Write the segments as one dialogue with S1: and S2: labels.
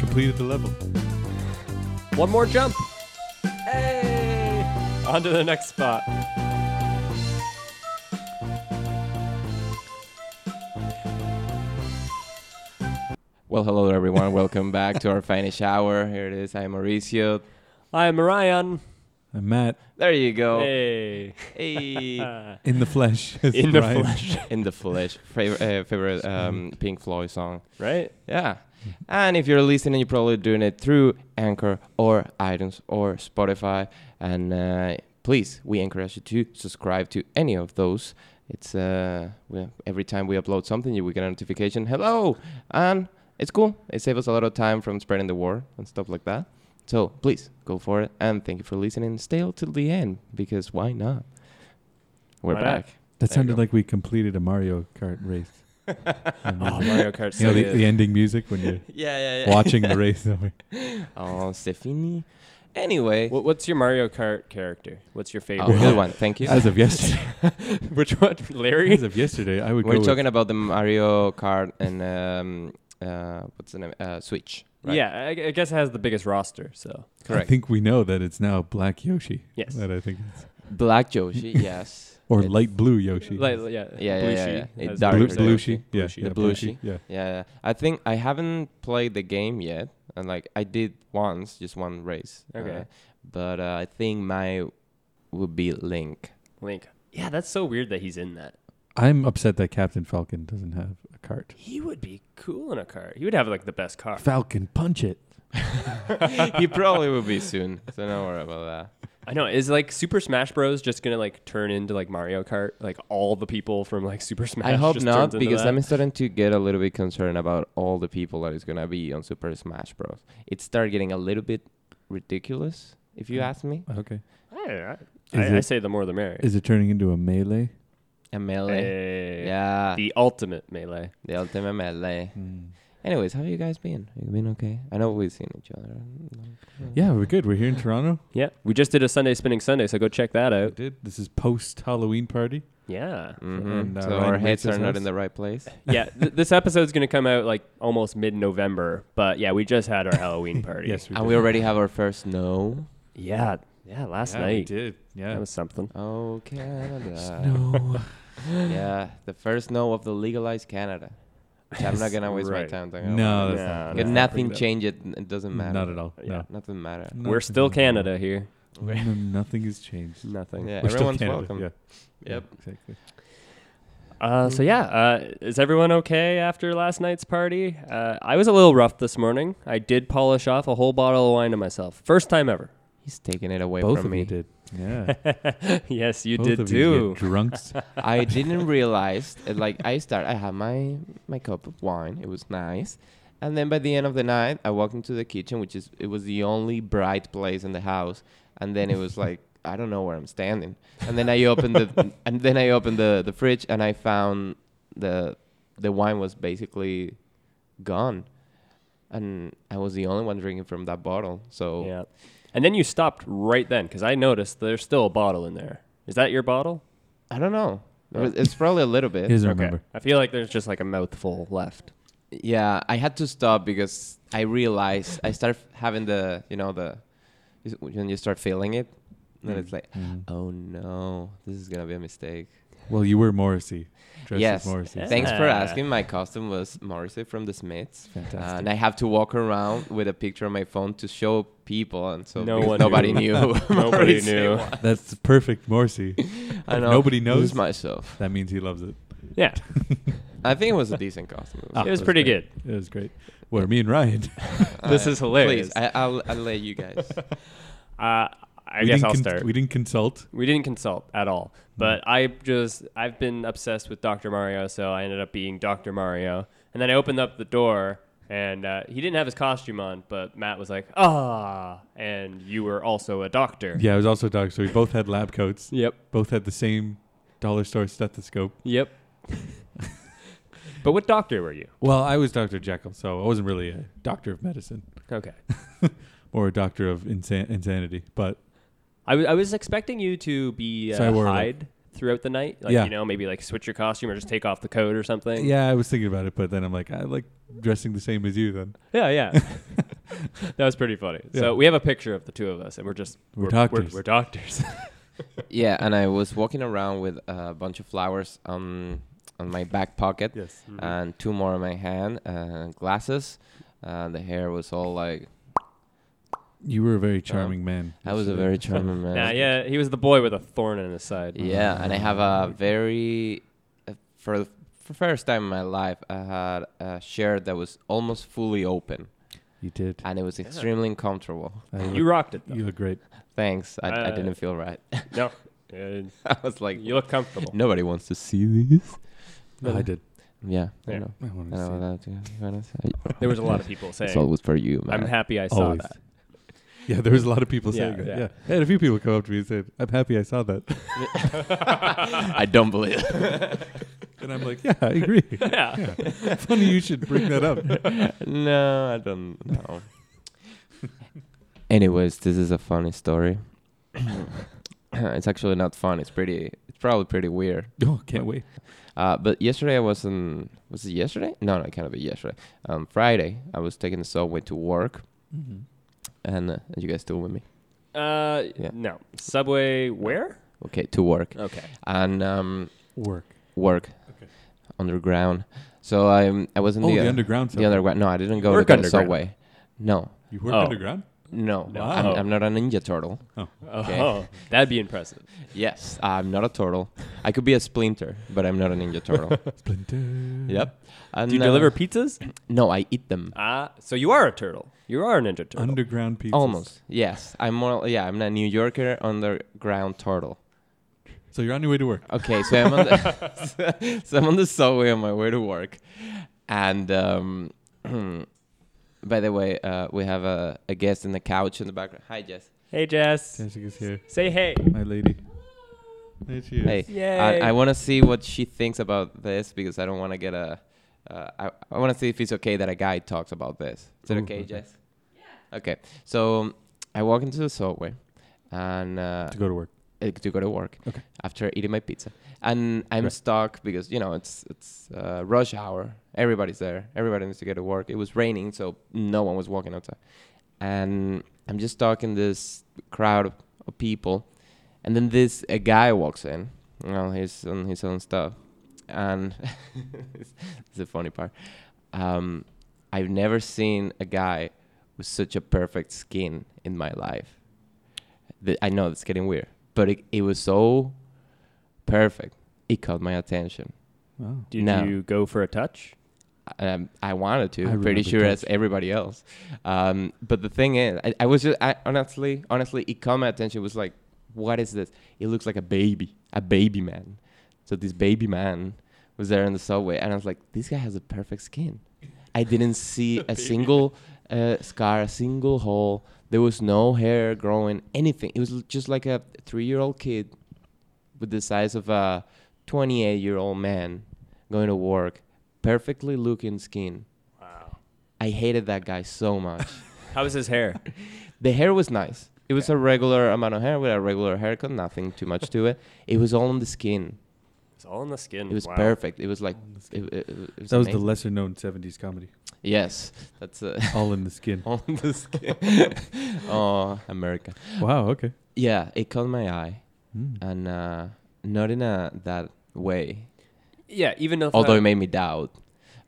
S1: completed the level.
S2: One more jump. Hey! On to the next spot.
S3: Well, hello everyone. Welcome back to our Finnish hour. Here it is. I'm Mauricio.
S2: I'm Ryan.
S1: And Matt,
S3: There you go.
S2: Hey.
S3: Hey.
S2: Uh,
S1: in the flesh. is
S2: in the
S1: Brian.
S2: flesh.
S3: In the flesh. Favorite, uh, favorite um, Pink Floyd song.
S2: Right?
S3: Yeah. And if you're listening, you're probably doing it through Anchor or iTunes or Spotify. And uh, please, we encourage you to subscribe to any of those. It's uh, we, every time we upload something, you will get a notification. Hello, and it's cool. It saves us a lot of time from spreading the word and stuff like that. So please go for it, and thank you for listening. Stay till the end because why not? We're
S2: Why not?
S3: back.
S1: That
S3: There you
S1: sounded
S3: go.
S1: like we completed a Mario Kart race. And
S2: Oh,
S1: then-
S2: Mario Kart.
S1: you
S2: so
S1: know, the,
S2: good.
S1: the ending music when you're
S3: Yeah, yeah, yeah.
S1: watching the race. I'm like,
S3: Oh, Stefani. Anyway,
S2: What, what's your Mario Kart character? What's your
S3: oh,
S2: favorite?
S3: good one. Thank you.
S1: As of yesterday,
S2: Which one? Larry?
S1: as of yesterday, I would
S3: We're
S1: go with-
S3: talking about the Mario Kart and um, uh, what's the name? Uh, Switch. Right?
S2: Yeah, I, I guess it has the biggest roster. So
S1: I
S3: correct.
S1: think we know that it's now Black Yoshi.
S2: Yes.
S1: That I think it's,
S3: Black Yoshi. yes.
S1: or
S3: It-
S1: light blue Yoshi.
S2: Like, yeah,
S3: Yeah, yeah,
S2: Blue
S3: yeah,
S2: Sheet,
S3: yeah. It
S2: as
S3: dark
S1: blue,
S2: they
S3: blue
S2: say.
S1: Shi,
S3: Shi.
S1: Yeah,
S2: Shi.
S1: yeah,
S3: The blue Shi.
S1: Yeah.
S3: Yeah, yeah. I think I haven't played the game yet, and like I did once, just one race.
S2: Okay.
S3: uh, but uh, I think my would be Link.
S2: Link. Yeah, that's so weird that he's in that.
S1: I'm upset that Captain Falcon doesn't have a cart.
S2: He would be cool in a car. He would have like the best car.
S1: Falcon, punch it.
S3: he probably will be soon, so don't worry about that.
S2: I know. Is like Super Smash Bros. just gonna like turn into like Mario Kart? Like all the people from like Super Smash.
S3: I hope
S2: just
S3: not,
S2: turns into
S3: because
S2: that?
S3: I'm starting to get a little bit concerned about all the people that is gonna be on Super Smash Bros. It started getting a little bit ridiculous, if you
S1: Mm.
S3: ask me.
S1: Okay.
S2: I, I,
S1: Is
S2: I
S1: it-
S2: say the more the merrier.
S1: Is it turning into a melee?
S3: A melee,
S2: Hey,
S3: Eh, yeah, the,
S2: The ultimate melee.
S3: ultimate melee. Anyways, how you guys been? You been okay? I know we've seen each other.
S1: Yeah, we're good. We're here in Toronto.
S2: Yeah, we just did a Sunday Spinning Sunday, so go check that
S1: I
S2: out.
S1: did. This is post Halloween party.
S2: Yeah.
S3: Mhm.
S1: And, uh,
S3: so
S1: Ryan
S3: our heads
S1: Riggs'
S3: are not
S1: house?
S3: in the right place.
S2: yeah, th- this episode's going to come out like almost mid November, but yeah, we just had our Halloween party.
S1: Yes, we
S3: and
S1: did.
S3: we already have our first snow.
S2: Yeah. Yeah, last
S1: yeah, we
S2: night.
S1: did. Yeah.
S2: That was something.
S3: Oh Canada!
S1: Snow.
S3: Yeah, the first snow of the legalized Canada. Which I'm not gonna waste my
S2: Right.
S3: time talking
S1: no,
S3: about
S1: that's
S2: Yeah,
S1: not-
S3: it.
S2: no.
S1: that's
S3: Could
S1: not
S3: nothing
S1: bringing
S3: change it. It
S1: it up.
S3: doesn't matter.
S1: Not at all.
S2: Yeah.
S1: No.
S3: Nothing matter.
S2: We're
S1: Nothing
S2: still
S1: at all.
S2: Canada here.
S1: No, nothing has changed.
S2: Nothing.
S3: Yeah,
S1: We're still
S3: everyone's
S1: Canada,
S3: welcome.
S1: Yeah.
S3: Yep.
S1: Yeah, Exactly.
S2: Uh,
S1: Mm-hmm.
S2: so yeah, uh, is everyone okay after last night's party? Uh, I was a little rough this morning. I did polish off a whole bottle of wine to myself. First time ever.
S3: He's taking it away
S1: Both
S3: from
S1: of
S3: me.
S1: you did. Yeah.
S2: yes, you
S1: Both
S2: did
S1: of you
S2: too.
S1: get drunks.
S3: I didn't realize. uh, Like I start, I had my my cup of wine. It was nice, and then by the end of the night, I walked into the kitchen, which is it was the only bright place in the house. And then it was like I don't know where I'm standing. And then I opened the and then I opened the the fridge and I found the the wine was basically gone, and I was the only one drinking from that bottle. So
S2: Yeah. And then you stopped right then because I noticed there's still a bottle in there. Is that your bottle?
S3: I don't know. It
S2: Oh.
S3: was- It's probably a little bit.
S1: He doesn't remember.
S2: I feel like there's just like a mouthful left.
S3: Yeah, I had to stop because I realized I start having the you know the is- when you start feeling it, then it's like,
S1: Mhm.
S3: oh no, this is gonna be a mistake.
S1: Well, you were Morrissey. Dressed
S3: yes,
S1: as Morrissey. so-
S3: thanks for
S2: Yeah.
S3: asking. My costume was Morrissey from The Smiths, Uh,
S1: Fantastic.
S3: and I have to walk around with a picture on my phone to show people, and so
S2: No
S3: because
S2: one
S3: nobody
S2: knew.
S3: knew.
S2: Nobody
S3: Morrissey
S2: knew.
S3: was.
S1: That's the perfect Morrissey.
S3: I
S1: If
S3: know.
S1: nobody
S3: This
S1: knows-
S3: is myself.
S1: That means he loves it.
S2: Yeah,
S3: I think it was a decent costume. It was
S1: Ah,
S2: it was
S1: that's
S2: pretty
S1: great. It was great. Where me and Ryan.
S3: good.
S2: this
S3: Uh,
S2: is hilarious.
S3: Please, I, I'll, I'll let you guys.
S2: good. Uh, I
S1: we
S2: guess
S1: didn't
S2: I'll
S1: con-
S2: start.
S1: We didn't consult.
S2: We didn't consult at all, but I just I've been obsessed with Dr. Mario, so I ended up being Dr. Mario. And then I opened up the door, and uh, he didn't have his costume on, but Matt was like, "Ah!" And you were also a doctor.
S1: Yeah, it was also dogs. So we both had lab coats.
S2: Yep.
S1: Both had the same dollar store stethoscope.
S2: Yep. but what doctor were you?
S1: Well, I was Dr. Jekyll, so I wasn't really a doctor of medicine
S2: Okay.
S1: or a doctor of insan- insanity. But
S2: I w- I was expecting you to be uh,
S1: So I wore, like-
S2: hide throughout the night. Like,
S1: Yeah.
S2: You know, maybe like switch your costume or just take off the coat or something.
S1: yeah, I was thinking about it. But then I'm like, I like dressing the same as you then.
S2: Yeah. Yeah. that was pretty funny.
S1: Yeah.
S2: So we have a picture of the two of us, and we're just
S1: We're doctors.
S2: We're, doctors.
S3: yeah, and I was walking around with a bunch of flowers on on my back pocket
S1: yes.
S3: and two more in my hand and glasses. And the hair was all like
S1: You were a
S2: Oh.
S1: very charming man.
S3: I was a
S1: yesterday.
S3: very charming man.
S2: nah, yeah, he was the boy with a thorn in his side.
S3: Yeah, and I have a
S2: Mm-hmm.
S3: very uh, for the f- first time in my life I had a shirt that was almost fully open
S1: You did.
S3: and it was extremely uncomfortable.
S1: I look-
S2: You rocked it. Though.
S1: you look great.
S3: Thanks. I, I
S2: Uh,
S3: didn't feel right.
S2: no, Uh,
S3: I was like
S2: you look comfortable.
S3: nobody wants to see this.
S1: I did.
S3: Yeah. I
S2: Yeah.
S3: know.
S1: I wanted
S3: I
S1: to
S3: know
S1: see that.
S3: that, yeah, you wanna say-
S2: There was a lot of people
S3: It's
S2: saying,
S3: always for you, man.
S2: "I'm happy I saw
S1: Always.
S2: that."
S1: Yeah, there was a lot of people
S2: Yeah,
S1: saying that.
S2: yeah.
S1: Yeah. I had a few people come up to me and said, I'm happy I saw that.
S3: I don't believe it.
S1: And I'm like, yeah, I agree.
S2: Yeah.
S1: Yeah. Funny you should bring that up.
S3: no, I don't know. Anyways, this is a funny story. it's actually not fun. It's pretty. It's probably pretty weird.
S1: Oh, can't wait.
S3: Uh, but yesterday I was in. Was it yesterday? No, no, it can't be yesterday. Um, Friday I was taking the subway to work,
S2: Mm-hmm.
S3: and uh, are you guys still with me?
S2: Uh,
S3: Yeah.
S2: no. Subway where?
S3: Okay, to work
S2: Okay.
S3: and um,
S1: Work.
S3: work
S1: Okay.
S3: underground. So I um, I was in
S1: oh,
S3: the,
S1: the,
S3: uh,
S1: underground.
S3: the underground. No, I didn't go
S2: Work
S3: to the
S2: underground.
S3: subway. No,
S1: You work
S2: Oh.
S1: underground?
S3: no,
S1: No.
S3: I'm,
S2: Wow.
S3: I'm not a ninja turtle. Okay.
S2: Oh, that'd be impressive.
S3: Yes, I'm not a turtle. I could be a splinter, but I'm not a ninja turtle.
S1: Splinter.
S3: yep. And,
S2: Do you
S3: uh,
S2: deliver pizzas?
S3: No, I eat them.
S2: Ah, so you are a turtle. You are a ninja turtle.
S1: Underground pizzas.
S3: Almost. Yes, I'm more. Yeah, I'm a New Yorker underground turtle.
S1: So you're on your way to work.
S3: Okay, so I'm on the so I'm on the subway on my way to work, and um, by the way, uh, we have a, a guest in the couch in the background. Hi, Jess.
S2: hey, Jess.
S1: Jessica's here.
S2: Say hey.
S1: My lady. There she is.
S3: Hey,
S2: Yay.
S3: I, I want to see what she thinks about this because I don't want to get a. Uh, I, I want to see if it's okay that a guy talks about this. Is it
S1: Ooh,
S3: okay,
S1: okay.
S3: Jess? Yeah. Okay, so um, I walk into the subway, and uh,
S1: To go to work.
S3: uh, to go to work
S1: Okay.
S3: after eating my pizza, and I'm
S1: Right.
S3: stuck because you know it's it's uh, rush hour. Everybody's there. Everybody needs to get to work. It was raining, so no one was walking outside, and I'm just stuck in this crowd of, of people, and then this a guy walks in. You know, he's on his own stuff, and it's it's the funny part. Um, I've never seen a guy with such a perfect skin in my life. The, I know it's getting weird, but it, it was so perfect. It caught my attention.
S1: Oh.
S2: Did
S3: No.
S2: you go for a touch?
S3: Um, I wanted to,
S1: I
S3: pretty
S1: remember
S3: sure
S1: that.
S3: as everybody else. Um, but the thing is, I, I was just I, honestly, honestly, it caught my attention. It was like, what is this? It looks like a baby, a baby man. So this baby man was there in the subway, and I was like, this guy has a perfect skin. I didn't see a single uh, scar, a single hole. There was no hair growing, anything. It was l- just like a three-year-old kid with the size of a 28-year-old man going to work, perfectly looking skin.
S2: Wow.
S3: I hated that guy so much.
S2: How was his hair?
S3: the hair was nice. It was a regular amount of hair with a regular haircut, nothing too much to it. It was all on the skin.
S2: It's all in the skin.
S3: It was
S2: Wow.
S3: perfect. It was like
S1: All in the skin.
S3: it, it- it was
S1: that was the
S3: amazing.
S1: lesser known 70s comedy.
S3: yes. That's uh,
S1: All in the skin.
S3: on the skin. oh, America.
S1: wow, okay.
S3: Yeah, it caught my eye,
S1: Mm.
S3: and uh, not in a that way.
S2: Yeah, even though
S3: Although it made me doubt,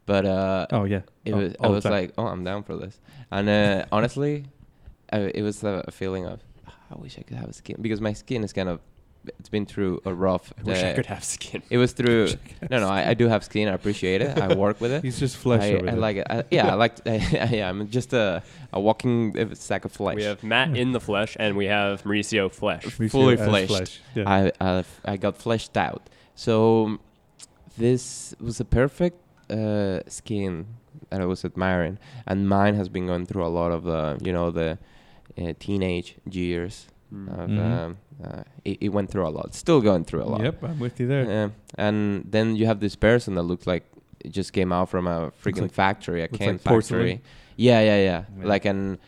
S3: but uh,
S1: oh, yeah.
S3: it
S1: Oh,
S3: was, I
S1: all the
S3: was
S1: time.
S3: like, oh, I'm down for this. And uh, honestly, I, it was a feeling of, "Ah, I wish I could have a skin because my skin is kind of, it's been through a rough.
S2: I wish
S3: uh,
S2: I could have skin.
S3: It was through. No, no, I, I do have skin. I appreciate it. I work with it.
S1: He's just flesh
S3: I,
S1: over
S3: I
S1: there.
S3: like it. I, yeah, I like. yeah, I'm just a, a walking uh, sack of flesh.
S2: We
S3: Uh,
S2: have Matt in the flesh, and we have Mauricio flesh.
S1: We see
S3: fully
S1: it as
S3: fleshed.
S1: flesh. Yeah.
S3: I, I I got fleshed out. So um, this was a perfect uh, skin that I was admiring, and mine has been going through a lot of uh, you know the uh, teenage years.
S2: Hmm.
S3: Of,
S1: Mhm.
S3: um, uh, it, it went through a lot. Still going through a lot.
S1: Yep, I'm with you there.
S3: Yeah. and then you have this person that looks like it just came out from a freaking
S1: like-
S3: factory, a
S1: looks
S3: can
S1: like porcelain.
S3: factory. Yeah, yeah, yeah,
S1: Yeah.
S3: Like an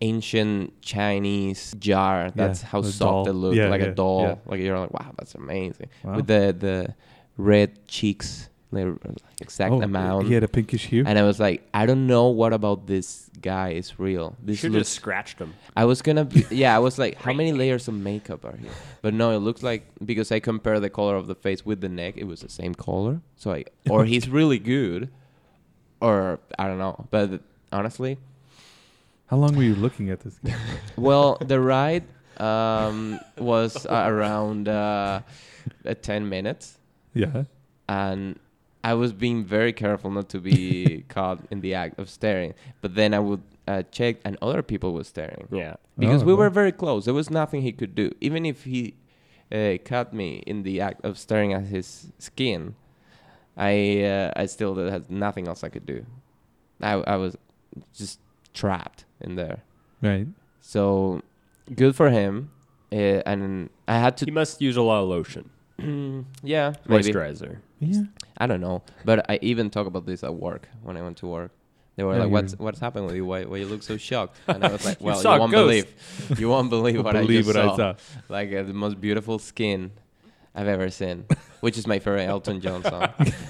S3: ancient Chinese jar. That's how
S1: a
S3: soft
S1: doll.
S3: it looked,
S1: Yeah,
S3: like
S1: yeah,
S3: a doll.
S1: yeah.
S3: Like you're like, wow, that's amazing.
S1: Wow.
S3: With the the red cheeks, the exact
S1: Oh,
S3: amount.
S1: He had a pinkish hue.
S3: And I was like, I don't know what about this guy is real.
S2: You
S3: This
S2: should
S3: looks.
S2: just scratched him.
S3: I was gonna. Be, yeah, I was like, how many layers of makeup are here? But no, it looks like because I compare the color of the face with the neck, it was the same color. So I, or he's really good, or I don't know. But honestly,
S1: How long were you looking at this guy?
S3: well, the ride um, was around uh, uh, ten minutes,
S1: yeah.
S3: and I was being very careful not to be caught in the act of staring. But then I would uh, check, and other people were staring
S2: Yeah.
S3: because
S1: Oh,
S3: we were
S1: well.
S3: very close. There was nothing he could do, even if he uh, caught me in the act of staring at his skin. I uh, I still had nothing else I could do. I I was just trapped in there.
S1: Right.
S3: So good for him. Uh, and I had
S2: He
S3: to,
S2: must use a lot of lotion,
S3: yeah, maybe
S2: moisturizer.
S1: Yeah.
S3: I don't know. But I even talk about this at work when I went to work. They were
S1: Yeah,
S3: like,
S1: you're-
S3: "What's what's happened with you? Why, why you look so shocked?" And I was like,
S2: You
S3: "Well, you,
S2: saw a
S3: won't
S2: ghost."
S3: believe, you won't believe what
S1: Believe
S3: I just
S1: what
S3: saw.
S1: I saw.
S3: Like uh, the most beautiful skin I've ever seen, which is my favorite Elton John song.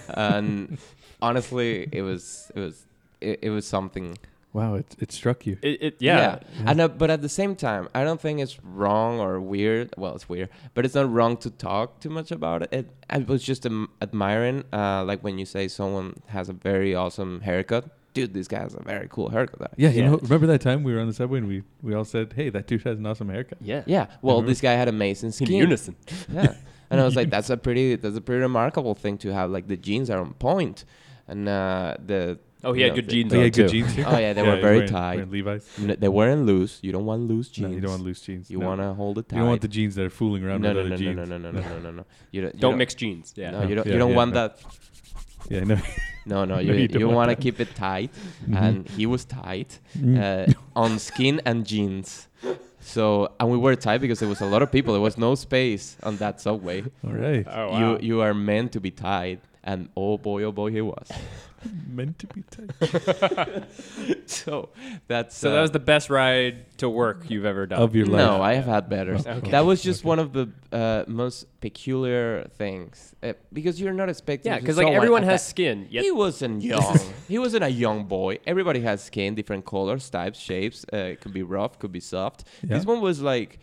S3: and honestly, it was it was it, it was something.
S1: Wow, it, it struck you.
S2: It, it, yeah.
S1: Yeah. Mm-hmm.
S3: And uh, but at the same time, I don't think it's wrong or weird. Well, it's weird, but it's not wrong to talk too much about it. it I was just um, admiring, uh, like when you say someone has a very awesome haircut. Dude, this guy has a very cool haircut.
S1: Yeah, you
S2: Yeah.
S1: know, remember that time we were on the subway and we, we all said, "Hey, that dude has an awesome haircut."
S2: Yeah.
S3: Yeah. Well,
S1: remember-
S3: this guy had amazing
S2: In
S3: skin.
S2: unison.
S3: Yeah. And I was like, that's a pretty that's a pretty remarkable thing to have. Like the jeans are on point, and uh, the
S2: Oh, he
S3: you
S2: had
S3: know,
S2: good
S3: the-
S2: jeans
S1: Oh,
S2: on
S1: yeah,
S2: too.
S1: good jeans. Here.
S3: Oh, yeah, they were very
S1: wearing-
S3: tight.
S1: wearing Levi's.
S3: N- They weren't loose. You don't want loose jeans.
S1: No, you don't want loose jeans.
S3: You
S1: No.
S3: want to hold it tight.
S1: You don't want the jeans that are fooling around
S3: no,
S1: with
S3: no,
S1: other
S3: no,
S1: jeans.
S3: no, no, no, no, no, no, no. You don't. you
S2: Don't mix jeans. Yeah.
S3: No, you don't.
S1: Yeah,
S3: you don't
S1: yeah,
S3: want
S1: no.
S3: that.
S1: Yeah, no.
S3: No, no.
S1: No,
S3: You,
S1: you
S3: you,
S1: don't want
S3: want to
S1: that.
S3: keep it tight,
S1: Mhm.
S3: and he was tight
S1: Mm.
S3: uh, on skin and jeans. So and we were tight because there was a lot of people. There was no space on that subway.
S1: all right.
S3: uh,
S2: Oh, wow.
S3: You you are meant to be tight, and oh boy, oh boy, he was.
S1: Meant to be tight.
S3: so that's
S2: so
S3: uh,
S2: that was the best ride to work you've ever done.
S1: Of your life.
S3: No, I have had better.
S1: Oh, Okay.
S3: That was just
S1: okay.
S3: one of the uh, most peculiar things uh, because you're not expecting.
S2: yeah,
S3: to
S2: because like
S3: someone
S2: everyone
S3: at
S2: has
S3: that-
S2: skin. Yet
S3: He wasn't young. he wasn't a young boy. Everybody has skin, different colors, types, shapes. Uh, it could be rough, could be soft.
S1: Yeah.
S3: This one was like,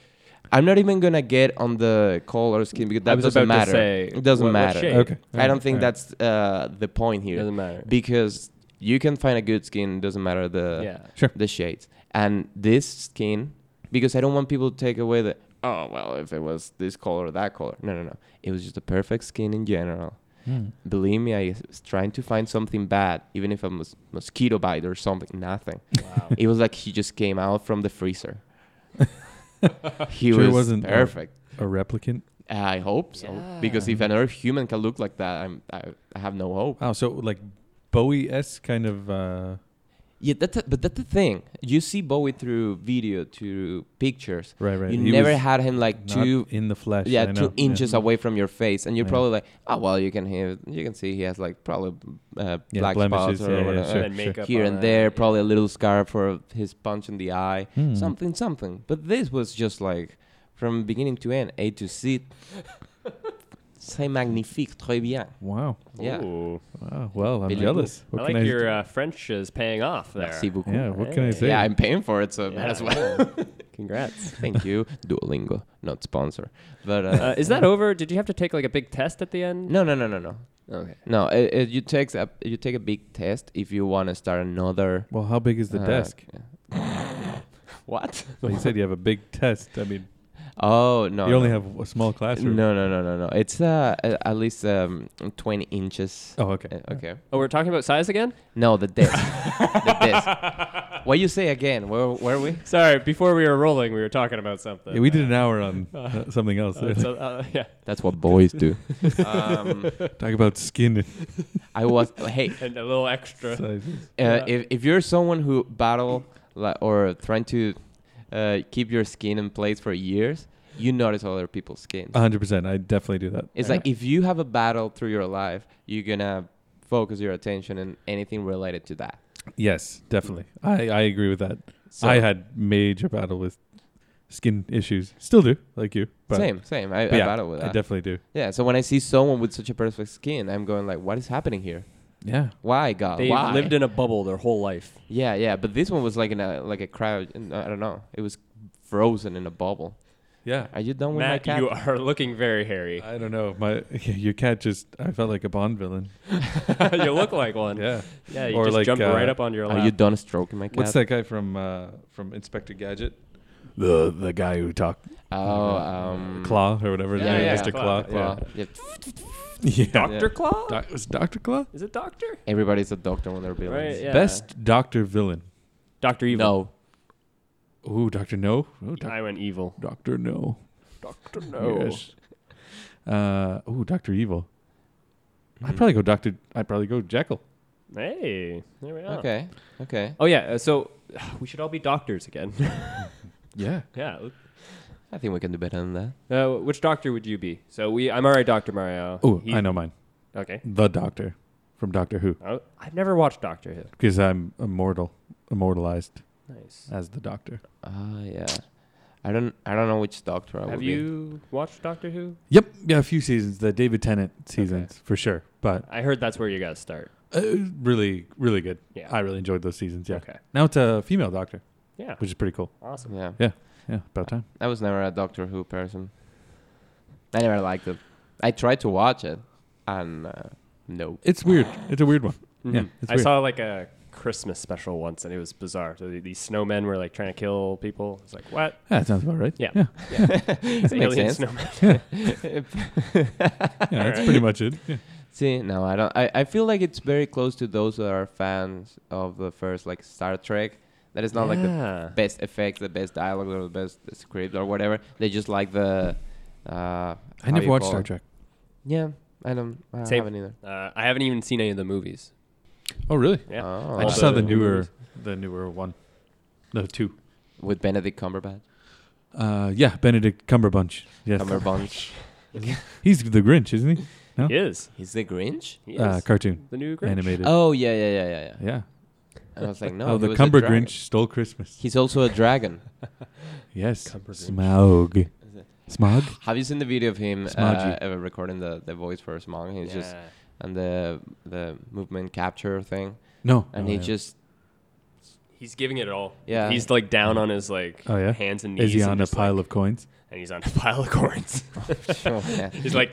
S3: I'm not even gonna get on the color skin because
S2: I
S3: that
S2: was
S3: doesn't
S2: about to
S3: matter.
S2: say,
S3: it doesn't
S2: what- what
S3: matter.
S2: shape?
S1: Okay.
S3: I don't think
S1: All right.
S3: that's uh, the point here
S2: doesn't matter.
S3: because you can find a good skin. Doesn't matter the
S2: yeah.
S1: Sure.
S3: the shades. And this skin, because I don't want people to take away the oh well, if it was this color or that color. No, no, no. It was just a perfect skin in general.
S1: Mm.
S3: Believe me, I was trying to find something bad, even if a mos- mosquito bite or something. Nothing.
S2: Wow.
S3: it was like he just came out from the freezer. he
S1: Sure
S3: was
S1: wasn't, uh,
S3: perfect.
S1: A replicant.
S3: I hope so, because if
S1: Yeah.
S3: another human can look like that, I'm, I, I have no hope.
S1: Wow. So like Bowie s kind of. Uh,
S3: Yeah, that's a, but that's the thing. You see Bowie through video, through pictures,
S1: right. Right.
S3: you
S1: He
S3: never
S1: was
S3: had him like
S1: not
S3: two
S1: in the flesh.
S3: yeah
S1: I
S3: two
S1: know.
S3: inches away from your face and you're
S1: Yeah.
S3: probably like oh well you can hear you can see he has like probably uh,
S1: Yeah,
S3: black
S1: blemishes,
S3: spots or
S1: yeah, yeah,
S3: whatever, uh,
S1: sure,
S2: and
S1: sure.
S2: makeup
S3: here
S2: on
S3: and
S2: it.
S3: there probably a little scar for his punch in the eye
S1: Yeah. Mm.
S3: something something but this was just like from beginning to end A to Z c'est magnifique très bien
S1: Wow.
S3: yeah
S2: Ooh.
S1: Wow. Well, I'm
S3: Believe-
S1: jealous. What
S2: I
S1: can
S2: like
S1: I
S2: your uh, French is paying off there.
S3: Merci beaucoup.
S1: yeah. What can I
S2: Hey.
S1: say?
S3: yeah I'm paying for it so might
S2: Yeah.
S3: as well
S2: Congrats.
S3: thank you Duolingo not sponsor but uh,
S2: Uh, is that over? Did you have to take like a big test at the end?
S3: no no no no no
S2: Okay.
S3: No, it, it, you take a you take a big test if you want to start another.
S1: well, how big is the
S3: uh,
S1: desk?
S3: What?
S1: Well, you said you have a big test. I mean,
S3: Oh no.
S1: you only
S3: no.
S1: have a small classroom.
S3: No no no no no. It's uh a- at least um twenty inches.
S1: Oh, okay.
S3: Uh, okay.
S2: Oh, we're talking about size again?
S3: No, the desk. the desk. What you say again? Where were we?
S2: Sorry, before we were rolling, we were talking about something.
S1: Yeah, we did an hour on uh, something else.
S2: Uh, so, uh, yeah.
S3: That's what boys do. um,
S1: Talk about skin and
S3: I was hey
S2: And a little extra.
S1: sizes.
S3: Uh
S2: Yeah.
S3: if, if you're someone who battle like, or trying to uh, keep your skin in place for years, you notice other people's skin.
S1: A hundred percent. I definitely do that.
S3: It's
S1: Uh, Yeah.
S3: like if you have a battle through your life, you're gonna focus your attention on anything related to that.
S1: yes, definitely. I, I agree with that.
S3: So
S1: I had major battle with skin issues. Still do, like you. But,
S3: same, same. I,
S1: but
S3: I
S1: yeah,
S3: battle with
S1: I
S3: that.
S1: definitely do.
S3: yeah. So when I see someone with such a perfect skin, I'm going like, what is happening here?
S1: Yeah.
S3: Why God?
S2: They
S3: Why?
S2: lived in a bubble their whole life.
S3: yeah, yeah. But this one was like in a like a crowd. in- I don't know. It was frozen in a bubble.
S1: Yeah.
S3: Are you done with my
S2: Matt,
S3: cat?
S2: you are looking very hairy.
S1: I don't know. My your cat just I felt like a Bond villain.
S2: you look like one. Yeah,
S1: Yeah.
S2: you
S1: Or
S2: just
S1: like,
S2: jump
S1: uh,
S2: right up onto your
S3: Are you
S2: lap.
S3: done stroking my cat?
S1: What's that guy from uh, from Inspector Gadget? The the guy who talked
S3: Oh, um,
S1: Uh, Claw or whatever. his
S3: yeah,
S1: name
S3: yeah,
S1: is, Mr. Claw.
S2: Claw,
S3: Claw. Yeah.
S1: Yeah. yeah.
S2: Doctor Claw?
S1: Doc- was it Doctor Claw?
S2: Is it Doctor?
S3: Everybody's a doctor when they're villains.
S2: Right, yeah.
S1: Best Doctor villain.
S2: Doctor Evil.
S3: No.
S1: Ooh, Doctor No. Ooh, doc-
S2: I went evil.
S1: Doctor No.
S2: Doctor
S1: Yes. Uh, ooh, Doctor Evil. I'd probably go Doctor. I'd probably go Jekyll.
S2: Hey, there we are.
S3: Okay. Okay.
S2: Oh yeah, uh, so we should all be doctors again.
S1: Yeah.
S2: yeah.
S3: I think we can do better than that.
S2: Uh, which doctor would you be? So we, I'm already Doctor Mario.
S1: Ooh,
S2: He-
S1: I know mine.
S2: Okay.
S1: The Doctor from Doctor Who,
S2: Oh, I've never watched Doctor Who.
S1: because I'm immortal, immortalized
S2: Nice.
S1: as the Doctor.
S3: Ah, yeah. I don't. I don't know which doctor I would
S2: Have
S3: be.
S2: you watched Doctor Who?
S1: Yep. Yeah, a few seasons. The David Tennant seasons for sure. But
S2: I heard that's where you guys start.
S1: uh, really, really good.
S2: Yeah.
S1: I really enjoyed those seasons. Yeah.
S2: Okay.
S1: Now it's a female Doctor,
S2: Yeah.
S1: which is pretty cool.
S2: Awesome.
S3: Yeah.
S1: Yeah. About time.
S3: I was never a Doctor Who person. I never liked it. I tried to watch it, and uh, no.
S1: It's weird. It's a weird one. Yeah.
S2: Mhm.
S1: It's
S2: I
S1: weird.
S2: saw like a Christmas special once, and it was bizarre. So these snowmen were like trying to kill people. It's like what?
S1: Yeah, that sounds about right.
S2: Yeah.
S1: Yeah.
S3: It makes
S2: Alien
S3: sense.
S2: snowmen.
S1: Yeah, that's pretty much it. Yeah.
S3: See, no, I don't. I, I feel like it's very close to those that are fans of the first like Star Trek. That is not like the
S2: Yeah.
S3: best effects, the best dialogue, or the best script, or whatever. They just like the. Uh, I
S1: I never watched Star Trek.
S3: Yeah, I don't. I
S2: Same.
S3: haven't either.
S2: Uh, I haven't even seen any of the movies.
S1: Oh, really?
S2: Yeah.
S3: Oh.
S1: I
S2: All
S1: just saw the
S2: new
S1: newer,
S2: movies.
S1: the newer one, the two.
S3: with Benedict Cumberbatch.
S1: Uh, yeah, Benedict Cumberbatch. Yes,
S3: Cumberbatch.
S1: he's the Grinch, isn't he? No?
S2: He is.
S3: He's the Grinch.
S2: He is.
S1: Uh, cartoon
S2: the new Grinch.
S1: animated.
S3: Oh yeah, yeah, yeah, yeah, yeah.
S1: yeah.
S3: And I was like, no.
S1: oh,
S3: he
S1: the
S3: was a
S1: Cumber
S3: dragon.
S1: Grinch stole Christmas.
S3: He's also a dragon.
S1: Yes,
S2: Cumber Grinch.
S1: Smaug. Smog.
S3: Have you seen the video of him uh,
S1: Smudgy.
S3: uh, recording the, the voice for Smog? He's just and the the movement capture thing,
S1: No.
S3: and
S1: no,
S3: he
S1: I-
S3: just
S2: He's giving it all.
S3: Yeah.
S2: He's like down on his like
S1: Oh, yeah?
S2: hands and knees.
S1: is he
S2: and
S1: on a
S2: just,
S1: pile
S2: like-
S1: of coins?
S2: And he's on a pile of coins.
S3: oh, yeah.
S2: he's like,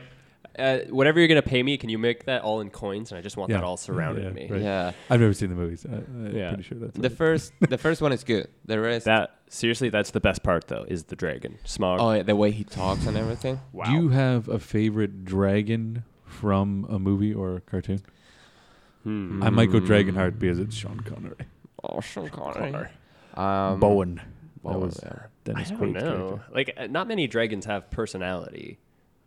S2: uh, whatever you're gonna pay me, can you make that all in coins? And I just want
S1: Yeah.
S2: that all surrounded
S1: Yeah,
S2: me.
S1: right.
S3: yeah.
S1: I've never seen the movies. I, I'm
S2: Yeah.
S1: pretty sure that's
S3: The
S1: what-
S3: first the first one is good. The rest,
S2: That seriously, that's the best part though. Is the dragon Smog?
S3: oh yeah, the way he talks and everything.
S2: wow.
S1: Do you have a favorite dragon from a movie or a cartoon?
S2: Hmm.
S1: I might go
S3: Mm.
S1: Dragonheart because it's Sean Connery.
S3: Oh, Sean Connery.
S2: Connor.
S3: Um,
S1: Bowen. That
S3: Bowen,
S1: was
S3: yeah.
S2: I
S1: Dennis
S2: don't
S1: Quaid's
S2: know.
S1: character.
S2: Like, uh, not many dragons have personality.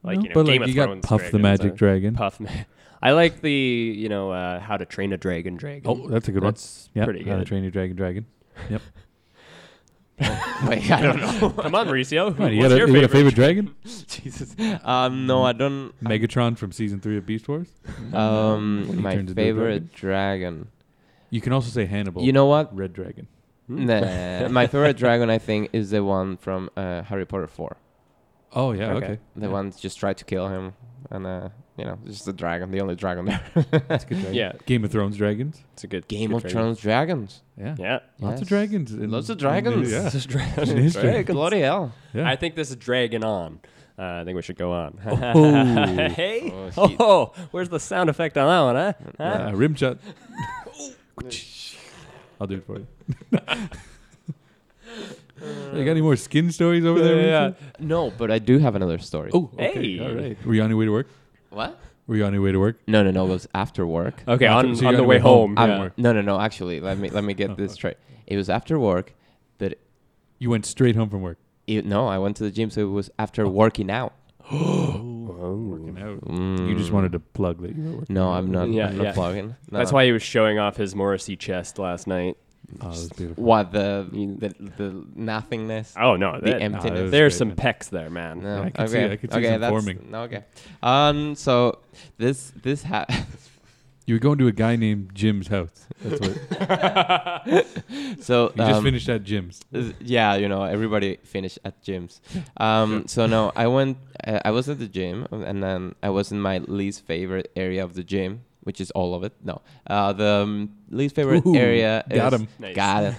S2: Like,
S1: No,
S2: you know,
S1: but
S2: Game
S1: like
S2: of
S1: you got
S2: Thrones
S1: Puff the
S2: dragons
S1: Magic
S2: are-
S1: Dragon.
S2: Puff. Ma- I like the you know uh, how to train a dragon dragon.
S1: Oh, that's a good one.
S2: that's
S1: Yeah,
S2: pretty
S1: How to
S2: good.
S1: Train Your Dragon Dragon.
S3: Wait, I don't know.
S2: Come on, Mauricio.
S1: Come on,
S2: What's
S1: you got a,
S2: your
S1: you got a
S2: favorite?
S1: favorite dragon?
S3: Jesus. Um,
S1: Hmm.
S3: no, I don't.
S1: Megatron from season three of Beast Wars. When he
S3: Um, my
S1: turns into a dragon.
S3: favorite dragon.
S1: You can also say Hannibal.
S3: You know what?
S1: Red Dragon.
S2: Hmm?
S3: Nah, my favorite dragon, I think, is the one from uh, Harry Potter 4.
S1: Oh yeah, okay.
S2: Okay.
S3: The one just tried to kill him, and uh, you know, just the dragon, the only dragon there.
S1: That's a good dragon.
S2: Yeah.
S1: Game of Thrones dragons.
S2: It's a good
S3: Game
S2: good
S3: of
S2: dragon.
S3: Thrones dragons.
S1: Yeah.
S2: Yeah.
S1: Lots of
S3: Yes.
S1: dragons. in-
S3: Lots
S1: in
S3: of
S1: the-
S3: dragons.
S1: yeah.
S2: This is dragon.
S1: In history.
S3: Dragons. Bloody hell!
S1: Yeah.
S2: I think this is dragging on. Uh, I think we should go on.
S1: Oh.
S2: hey,
S3: Oh,
S2: oh,
S3: shit.
S2: where's the sound effect on that one, huh? huh?
S1: Uh, rim shot. I'll do it for you. you got any more skin stories over there?
S2: Yeah.
S1: Mauricio?
S3: No, but I do have another story.
S1: Oh, okay.
S2: Hey.
S1: All right. Were you on your way to work?
S3: what?
S1: Were you on your way to work?
S3: No, no, no. It was after work.
S2: Okay,
S1: Uh,
S2: on,
S1: so you're
S2: on
S1: on
S2: the
S1: your
S2: way
S1: way
S2: home.
S1: home.
S3: Um,
S1: I'm-
S2: yeah.
S1: work.
S3: No, no, no. Actually, let me let me get this straight. It was after work that
S1: You went straight home from work.
S3: it, e, no, I went to the gym, so it was
S1: Oh.
S3: after working out.
S2: Oh.
S1: Working out.
S3: Mm.
S1: You just wanted to plug that you were working.
S3: No, I'm not.
S2: Yeah,
S3: I'm not
S2: yeah.
S3: plugging. No,
S2: That's
S3: no.
S2: why he was showing off his Morrissey chest last night.
S1: Oh, that's beautiful.
S3: What the the, the nothingness.
S2: Oh no,
S3: The
S2: that-
S3: emptiness.
S1: that was
S2: There's
S1: great,
S2: some
S1: Ah, man.
S2: pecs there, man.
S3: No.
S1: I can see-
S3: okay.
S1: I can see
S3: okay,
S1: some
S3: that's,
S1: forming.
S3: no, Okay. Um. So this this ha-
S1: You You were going to a guy named Jim's house. That's what
S3: So
S1: you just
S3: um,
S1: finished at Jim's.
S3: Is- yeah, you know, everybody finish at gyms. Um, so no, I went. Uh, I was at the gym, and then I was in my least favorite area of the gym, which is all of it. No, uh, the um, least favorite
S1: Ooh,
S3: area
S1: got
S3: is,
S1: him.
S2: Nice.
S3: got it,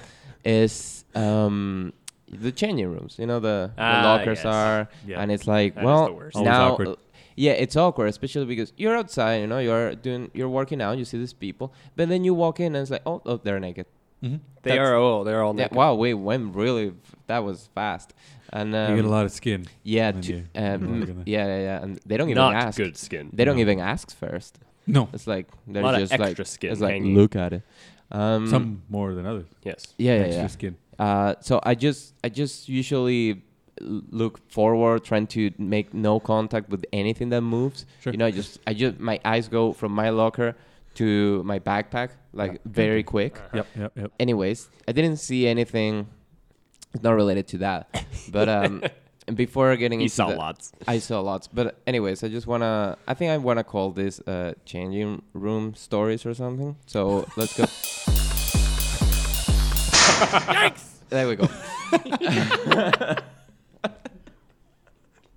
S3: is um, the changing rooms. You know, the, the
S2: Ah,
S3: lockers
S2: yes.
S3: are,
S2: Yeah.
S3: and it's like,
S2: That is
S3: well,
S2: the worst.
S1: Always
S3: now. uh,
S1: awkward.
S3: Yeah, it's awkward, especially because you're outside, you know, you're doing, you're working out, you see these people, but then you walk in and it's like, oh, oh they're naked.
S1: Mm-hmm.
S2: They
S3: That's-
S2: are all. They're all.
S3: Yeah,
S2: naked.
S3: wow, we went really. That was fast, and um,
S1: you get a lot of skin.
S3: yeah,
S1: when
S3: to,
S1: you- when
S3: um,
S1: you're gonna-
S3: yeah, yeah, yeah, and they don't even
S2: Not
S3: ask.
S2: good skin.
S3: They don't
S1: No.
S3: even ask first.
S1: No,
S3: It's like
S2: a
S3: they're
S2: lot
S3: just
S2: of extra
S3: like
S2: skin.
S3: it's like
S2: hanging.
S3: look at it. Um,
S1: some more than others.
S2: Yes.
S3: yeah, yeah,
S1: Extra
S3: yeah.
S1: skin.
S3: Uh, so I just I just usually l- look forward, trying to make no contact with anything that moves.
S1: Sure.
S3: You know, I just I just my eyes go from my locker to my backpack like
S1: Yeah.
S3: very quick.
S1: Yep, yep, yep.
S3: anyways, I didn't see anything. It's not related to that, but um, before getting
S2: You
S3: into
S2: saw
S3: the-
S2: lots.
S3: I saw lots. But anyways, I just wanna. I think I wanna call this uh, changing room stories or something. So let's go. There we go.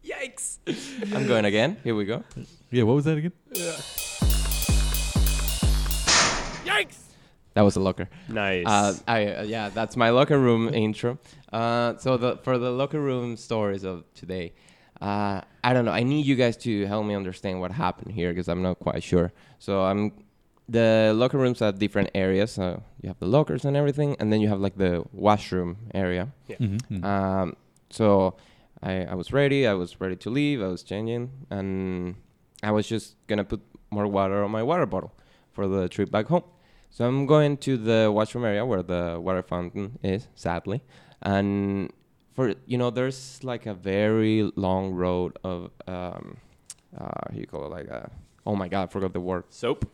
S2: Yikes!
S3: I'm going again. Here we go.
S1: Yeah, what was that again?
S2: Yikes!
S3: That was a locker.
S2: Nice.
S3: Uh, I, uh, yeah, that's my locker room intro. Uh, so the, for the locker room stories of today, uh, I don't know. I need you guys to help me understand what happened here because I'm not quite sure. So I'm the locker rooms are different areas. So you have the lockers and everything, and then you have like the washroom area.
S1: Mm-hmm.
S3: Um, so I, I was ready. I was ready to leave. I was changing, and I was just gonna put more water on my water bottle for the trip back home. So I'm going to the washroom area where the water fountain is, sadly, and for you know there's like a very long road of um, uh, how you call it like a oh my god, I forgot the word.
S2: soap.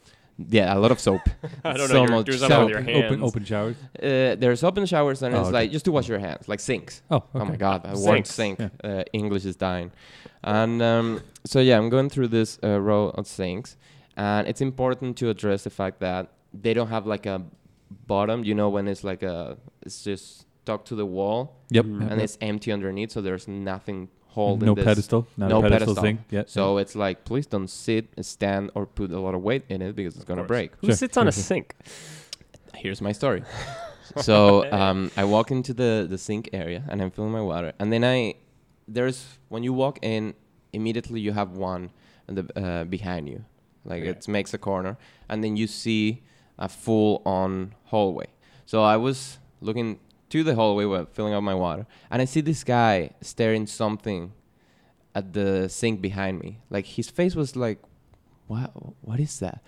S3: Yeah, a lot of soap.
S2: I don't
S3: So
S2: know. You're
S3: much
S2: doing something with your
S1: open,
S2: hands.
S1: open, open showers.
S3: Uh, there's open showers and
S1: Oh,
S3: it's
S1: okay.
S3: like just to wash your hands, like sinks.
S1: Oh, okay.
S3: Oh my god, I
S2: Sinks.
S3: won't sink.
S1: Yeah.
S3: Uh, English is dying. And um, so yeah, I'm going through this uh, row of sinks, and it's important to address the fact that they don't have like a bottom. You know, when it's like a, it's just stuck to the wall
S1: Yep.
S2: Mm.
S1: yep,
S3: and
S1: yep.
S3: it's empty underneath, so there's nothing holding
S1: no
S3: this.
S1: pedestal. Not
S3: no
S1: a pedestal,
S3: pedestal.
S1: thing. Yeah.
S3: So it's like, please don't sit, stand, or put a lot of weight in it because it's gonna
S2: course.
S3: break
S2: Who
S1: Sure,
S2: sits on
S1: sure,
S2: a
S1: sure.
S2: sink?
S3: here's my story. so um, I walk into the, the sink area and I'm filling my water. And then I, there's, when you walk in, immediately you have one in the, uh, behind you. Like
S2: Okay.
S3: it makes a corner. And then you see a full on hallway. So I was looking to the hallway while filling up my water. And I see this guy staring something at the sink behind me. Like his face was like, what, what is that?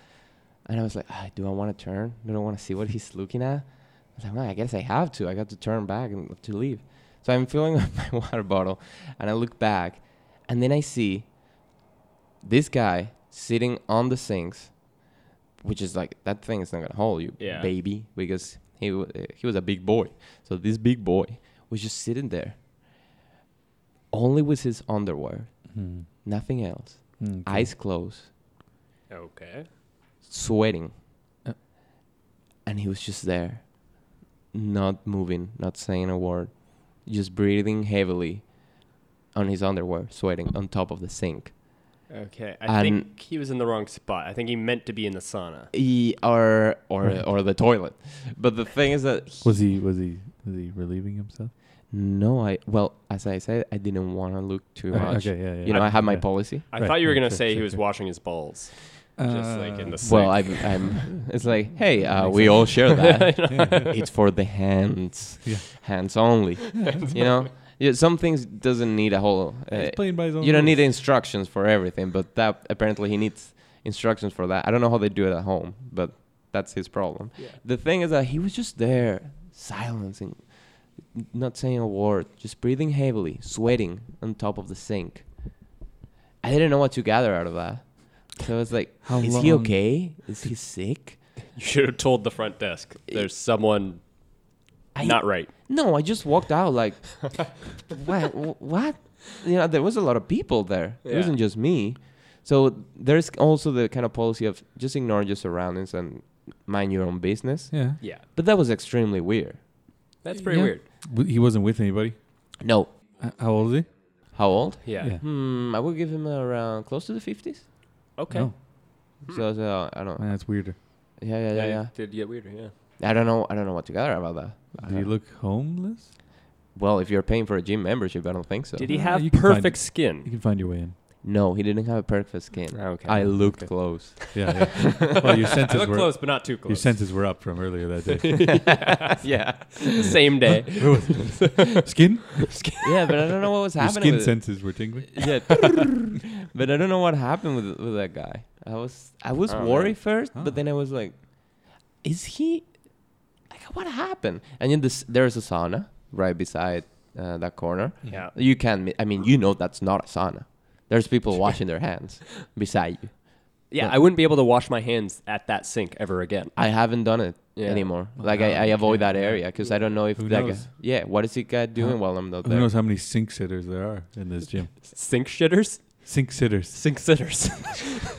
S3: And I was like, ah, do I want to turn? Do I want to see what he's looking at? I was like, well, I guess I have to. I got to turn back and to leave. So I'm filling up my water bottle and I look back and then I see this guy sitting on the sinks, which is like, that thing is not going to hold you,
S2: Yeah.
S3: baby, because he, wa- uh, he was a big boy. So this big boy was just sitting there only with his underwear,
S1: Hmm.
S3: nothing else,
S1: Hmm, okay.
S3: eyes closed
S2: Okay.
S3: sweating.
S1: Uh.
S3: And he was just there, not moving, not saying a word, just breathing heavily on his underwear, sweating on top of the sink.
S2: Okay.
S3: I
S2: I
S3: And-
S2: think he was in the wrong spot. I think he meant to be in the sauna.
S3: He, or or or the toilet. But the thing is that he-
S1: Was he? Was he? Was he relieving himself?
S3: no, I well, as I said, I didn't want to look too
S1: Okay,
S3: much.
S1: Uh, okay, yeah, yeah.
S3: You know, I, have my
S1: yeah.
S3: policy.
S2: I
S1: Right,
S2: thought you were
S1: right,
S2: gonna
S1: sure,
S2: say he
S1: sure,
S2: was
S1: sure.
S2: washing his balls.
S1: Uh,
S2: Just like in the s-
S3: Well,
S2: Sink.
S3: I'm, I'm. It's like, hey, uh,
S1: Makes
S3: we
S1: sense.
S3: all share that.
S1: Yeah.
S3: it's for the hands,
S1: Yeah.
S3: hands only. you know, yeah, some things doesn't need a whole. Uh,
S1: He's playing by his own.
S3: you don't
S1: rules.
S3: need instructions for everything, but that apparently he needs instructions for that. I don't know how they do it at home, but that's his problem.
S2: Yeah.
S3: The thing is that he was just there, silencing, not saying a word, just breathing heavily, sweating on top of the sink. I didn't know what to gather out of that. So I was like,
S1: How
S3: is he
S1: long-
S3: okay? Is he sick?
S2: You should have told the front desk. There's someone
S3: I,
S2: not right.
S3: No, I just walked out like, what? what? You know, there was a lot of people there. It
S2: Yeah.
S3: wasn't just me. So there's also the kind of policy of just ignore your surroundings and mind your own business.
S1: Yeah.
S2: Yeah,
S3: But that was extremely weird.
S2: that's pretty
S1: Yeah.
S2: weird.
S1: W- He wasn't with anybody.
S3: No.
S1: Uh, How old is he?
S3: How old?
S2: Yeah.
S1: Yeah.
S3: Hmm, I would give him around close to the 50s.
S2: Okay.
S1: No.
S2: Hmm.
S3: So, so I don't
S1: Man, that's weirder.
S3: Yeah, yeah, yeah, yeah.
S2: It did get weirder. Yeah.
S3: I don't know. I don't know what to gather about that. I
S1: Did he
S3: don't-
S1: look homeless?
S3: well, if you're paying for a gym membership, I don't think so.
S2: Did he
S1: Uh,
S2: have
S1: you can find
S2: perfect
S1: it. You
S2: skin?
S1: can find your way in.
S3: No, he didn't have a perfect skin.
S2: Okay.
S3: I looked
S2: Okay.
S3: close.
S1: Yeah. yeah. well, your
S2: I
S1: senses
S2: look
S1: were
S2: close, but not too close.
S1: your senses were up from earlier that day.
S3: yeah.
S2: Same day.
S1: Skin?
S3: Yeah, but I don't know what was
S1: Your
S3: happening.
S1: skin
S3: with
S1: senses were tingling.
S3: Yeah. but I don't know what happened with with that guy. I was I was
S2: Oh, man.
S3: worried first,
S1: Oh.
S3: but then I was like, is he? Like, what happened? And then this, there's a sauna right beside uh, that corner.
S2: Yeah.
S3: You can. I mean, you know that's not a sauna. There's people washing their hands beside you.
S2: Yeah,
S3: Yeah.
S2: I wouldn't be able to wash my hands at that sink ever again.
S3: I haven't done it
S2: Yeah.
S3: anymore.
S1: Well,
S3: Like
S1: no,
S3: I, I
S1: you
S3: avoid
S1: can't.
S3: that area because I don't know if
S1: Who
S3: that guy,
S1: knows?
S3: yeah, what is he guy doing while I'm not
S1: Who
S3: there?
S1: knows how many sink sitters there are in this gym?
S2: Sink shitters?
S1: Sink sitters.
S2: Sink sitters.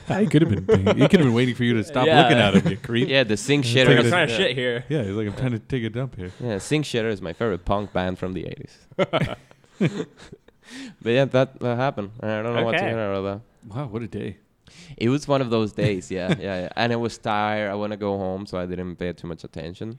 S1: I could have been. paying- Ah, He could have been waiting for you to stop
S2: Yeah.
S1: looking at him. You creep.
S3: Yeah, the sink
S2: Like,
S1: Take
S2: I'm
S1: it.
S3: shitters.
S2: trying to
S3: yeah.
S2: shit here.
S1: Yeah, he's like, I'm trying to take a dump here.
S3: Yeah, Sink Shitter is my favorite punk band from the 80s. but yeah, that, that happened. I don't know what to
S2: Okay.
S3: hear about
S1: Wow, what a day.
S3: that. It was one of those days, yeah, yeah, yeah. And I was tired. I want to go home, so I didn't pay too much attention.